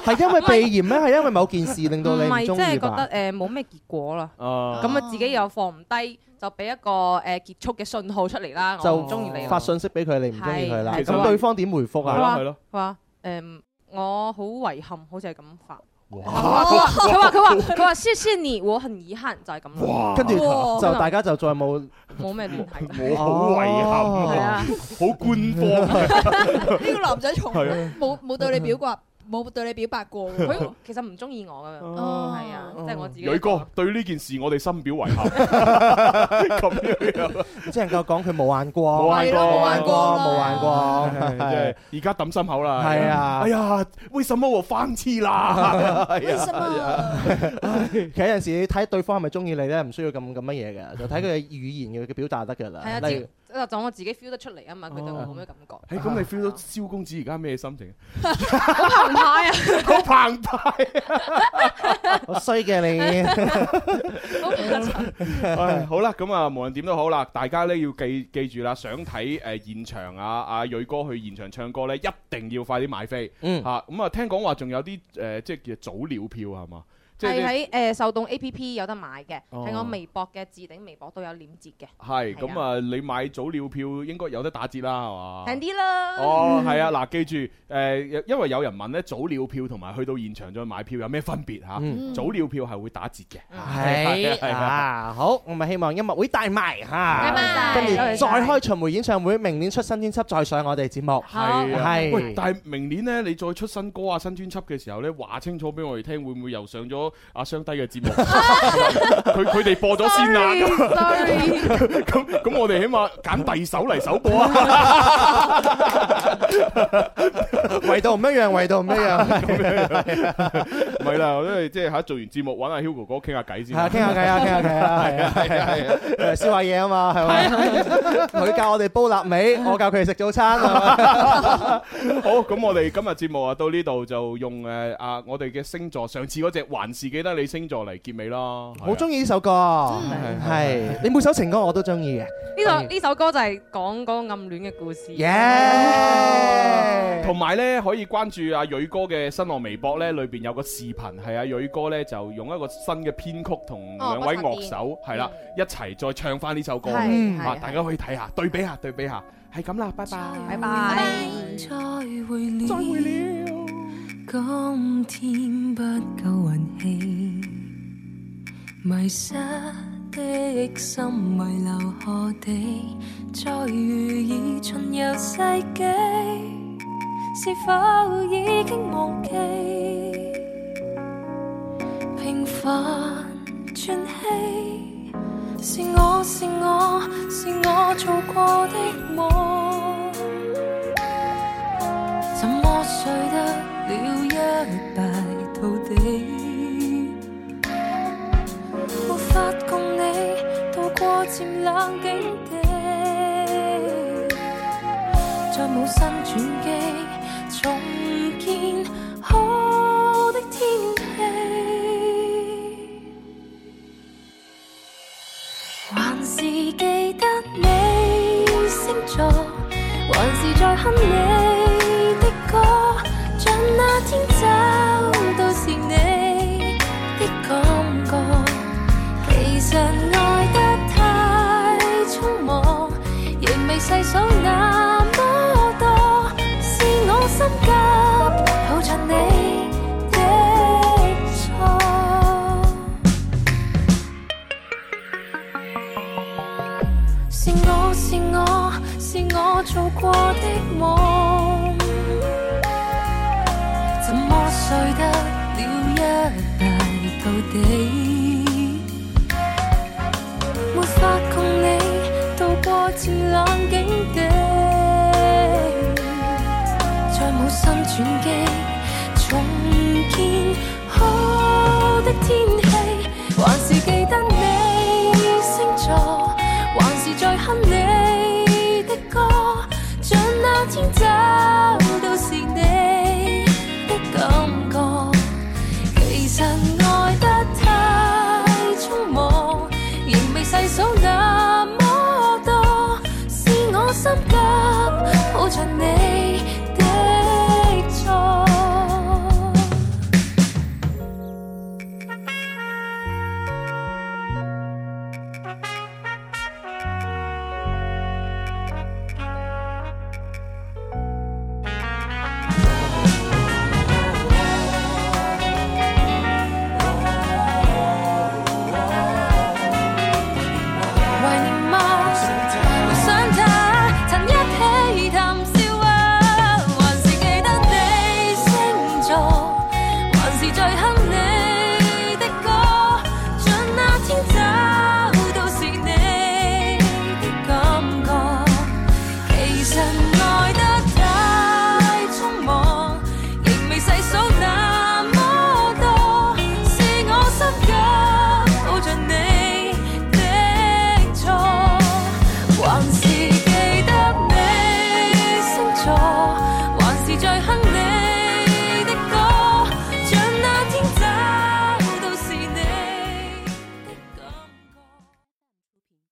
E: 係因為鼻炎咩？係因為某件事令到你
G: 唔
E: 唔
G: 係，即
E: 中
G: 係
E: 意
G: 覺
E: 吧？
G: 得誒呃冇咩結果啦。
D: 哦
G: 咁啊，自己又放唔低，就俾一個誒結束嘅信號出嚟啦。我唔中意你
E: 就
G: 啦。
E: 發信息俾佢，你唔中意佢啦。
G: 係
E: 咁對方點回覆
G: 佢話
E: 啊？
G: 佢話誒，我好遺憾，好似係咁發。
E: 哇
G: 佢話佢話佢話佢話謝謝你，我很遺憾，就係咁啦。
E: 跟住
D: [laughs]
G: 哇
E: 就大家就再冇
G: 冇咩聯繫。
D: 我好遺
E: 哦
D: 憾
E: 係
D: 啊
E: 啊，
D: 好官方。
O: 呢個男仔從
D: 係啊
O: 冇冇對你表白，冇對你表白過喎。
D: [laughs]
G: 佢其實唔中意我
F: 哦
G: 㗎，係啊，即係我自己。
D: 蕊哥對呢件事我哋深表遺憾。咁樣樣，
E: 只能夠講佢冇眼光，
D: 冇眼光
E: 冇眼光，冇眼光，
D: 唉
E: [laughs]
D: 真係而家抌心口啦。
E: 係啊
D: 哎呀，為什麼我放棄
E: [laughs]
D: 啦？
E: 為什其實有陣時你睇對方係咪中意你咧，唔需要咁咁乜嘢嘅，就睇佢嘅語言嘅嘅表達得㗎啦。
G: 係啊，
E: 例
G: 只
E: 如
P: 就就我自己 feel 得出嚟啊嘛，佢對我冇咩感覺。
D: 誒哦咁你 feel 到
G: [laughs]
D: 蕭公子而家咩心情？
P: 好澎湃啊！
D: 好澎湃，
E: [laughs] 好衰嘅你。
D: [laughs] 唉，好啦，咁啊，無論點都好啦，大家咧要記記住啦，想睇誒現場啊，阿蕊哥去現場唱歌咧，一定要快啲買飛。
E: 嗯
D: 嚇咁啊，聽講話仲有啲誒，即係叫早鳥票係嘛？即
P: 係
D: 係
P: 喺
G: 呃
P: 誒受凍 A P P 有得買嘅，
D: 哦
P: 喺我微博嘅置頂微博都有鏈接嘅，
D: 係咁啊，你買早鳥票應該有得打折啦，係嘛？
P: 平啲啦。
D: 哦，係
E: 嗯
D: 啊，嗱，記住，誒，因為有人問咧，早鳥票同埋去到現場再買票有咩分別嚇
E: 嗯？
D: 早鳥票係會打折嘅，
E: 係啊，好，我咪希望音樂會大賣嚇，跟住再開巡迴演唱會，明年出新專輯再上我哋節目，
D: 係啊，喂，
E: 係。
D: 但係明年咧，你再出新歌啊、新專輯嘅時候咧，話清楚俾我哋聽，會唔會又上咗阿雙低嘅節
E: [laughs]
D: 目？佢佢哋播咗先啦，
P: Sorry，sorry
D: 咁咁咁，我哋起碼揀第二首嚟首播
E: [laughs]
D: 啊！
E: 唯獨唔一樣，唯獨唔一樣。
D: 咁樣唔係啦，我都係即係嚇做完節目揾阿 Hugo 哥傾下偈先。
E: [laughs] 係啊，傾
D: [laughs]
E: 下偈啊，傾下偈啊，係啊，係 [laughs] 啊，係啊，燒下嘢啊嘛，係咪？佢教我哋煲臘味，我教佢哋食早餐，係咪？
D: 好，咁我哋今日節目啊到呢度就用誒啊我哋嘅星座，上次嗰只還是記得你星座嚟結尾啊啦。
E: 好中意呢首歌，係你每首情歌我都中意嘅。
P: 呢首呢首歌就係講嗰個暗戀嘅故事。
D: 同埋咧，可以關注阿蕊哥嘅新浪微博咧，裏邊有個視頻係阿蕊哥咧就用一個新嘅編曲同
G: 哦
D: 兩位樂手係啦一齊再唱翻呢首歌，
G: 嗯係
D: 啊
G: 係
D: 大家可以睇下對比下對比下，係咁啦，拜拜。
G: 拜
P: 拜。
G: 再會了，再會了。今天不夠運氣，迷失的心迷流何地？再遇已巡遊世紀，是否已經忘記？平凡轉稀，是我是我是我做過的夢。怎麼睡得了一敗塗地？無法共你渡過漸冷境地，再冇新轉機，重見好的天氣。還是記得你星座。還是在哼你的歌，像那天找到是你的感覺。其實愛得太匆忙，仍未細數那麼多，是我心急抱着你的錯。是我是我是我做過的夢，怎麼睡得了一敗塗地？沒法共你渡過漸冷境地，再冇新轉機，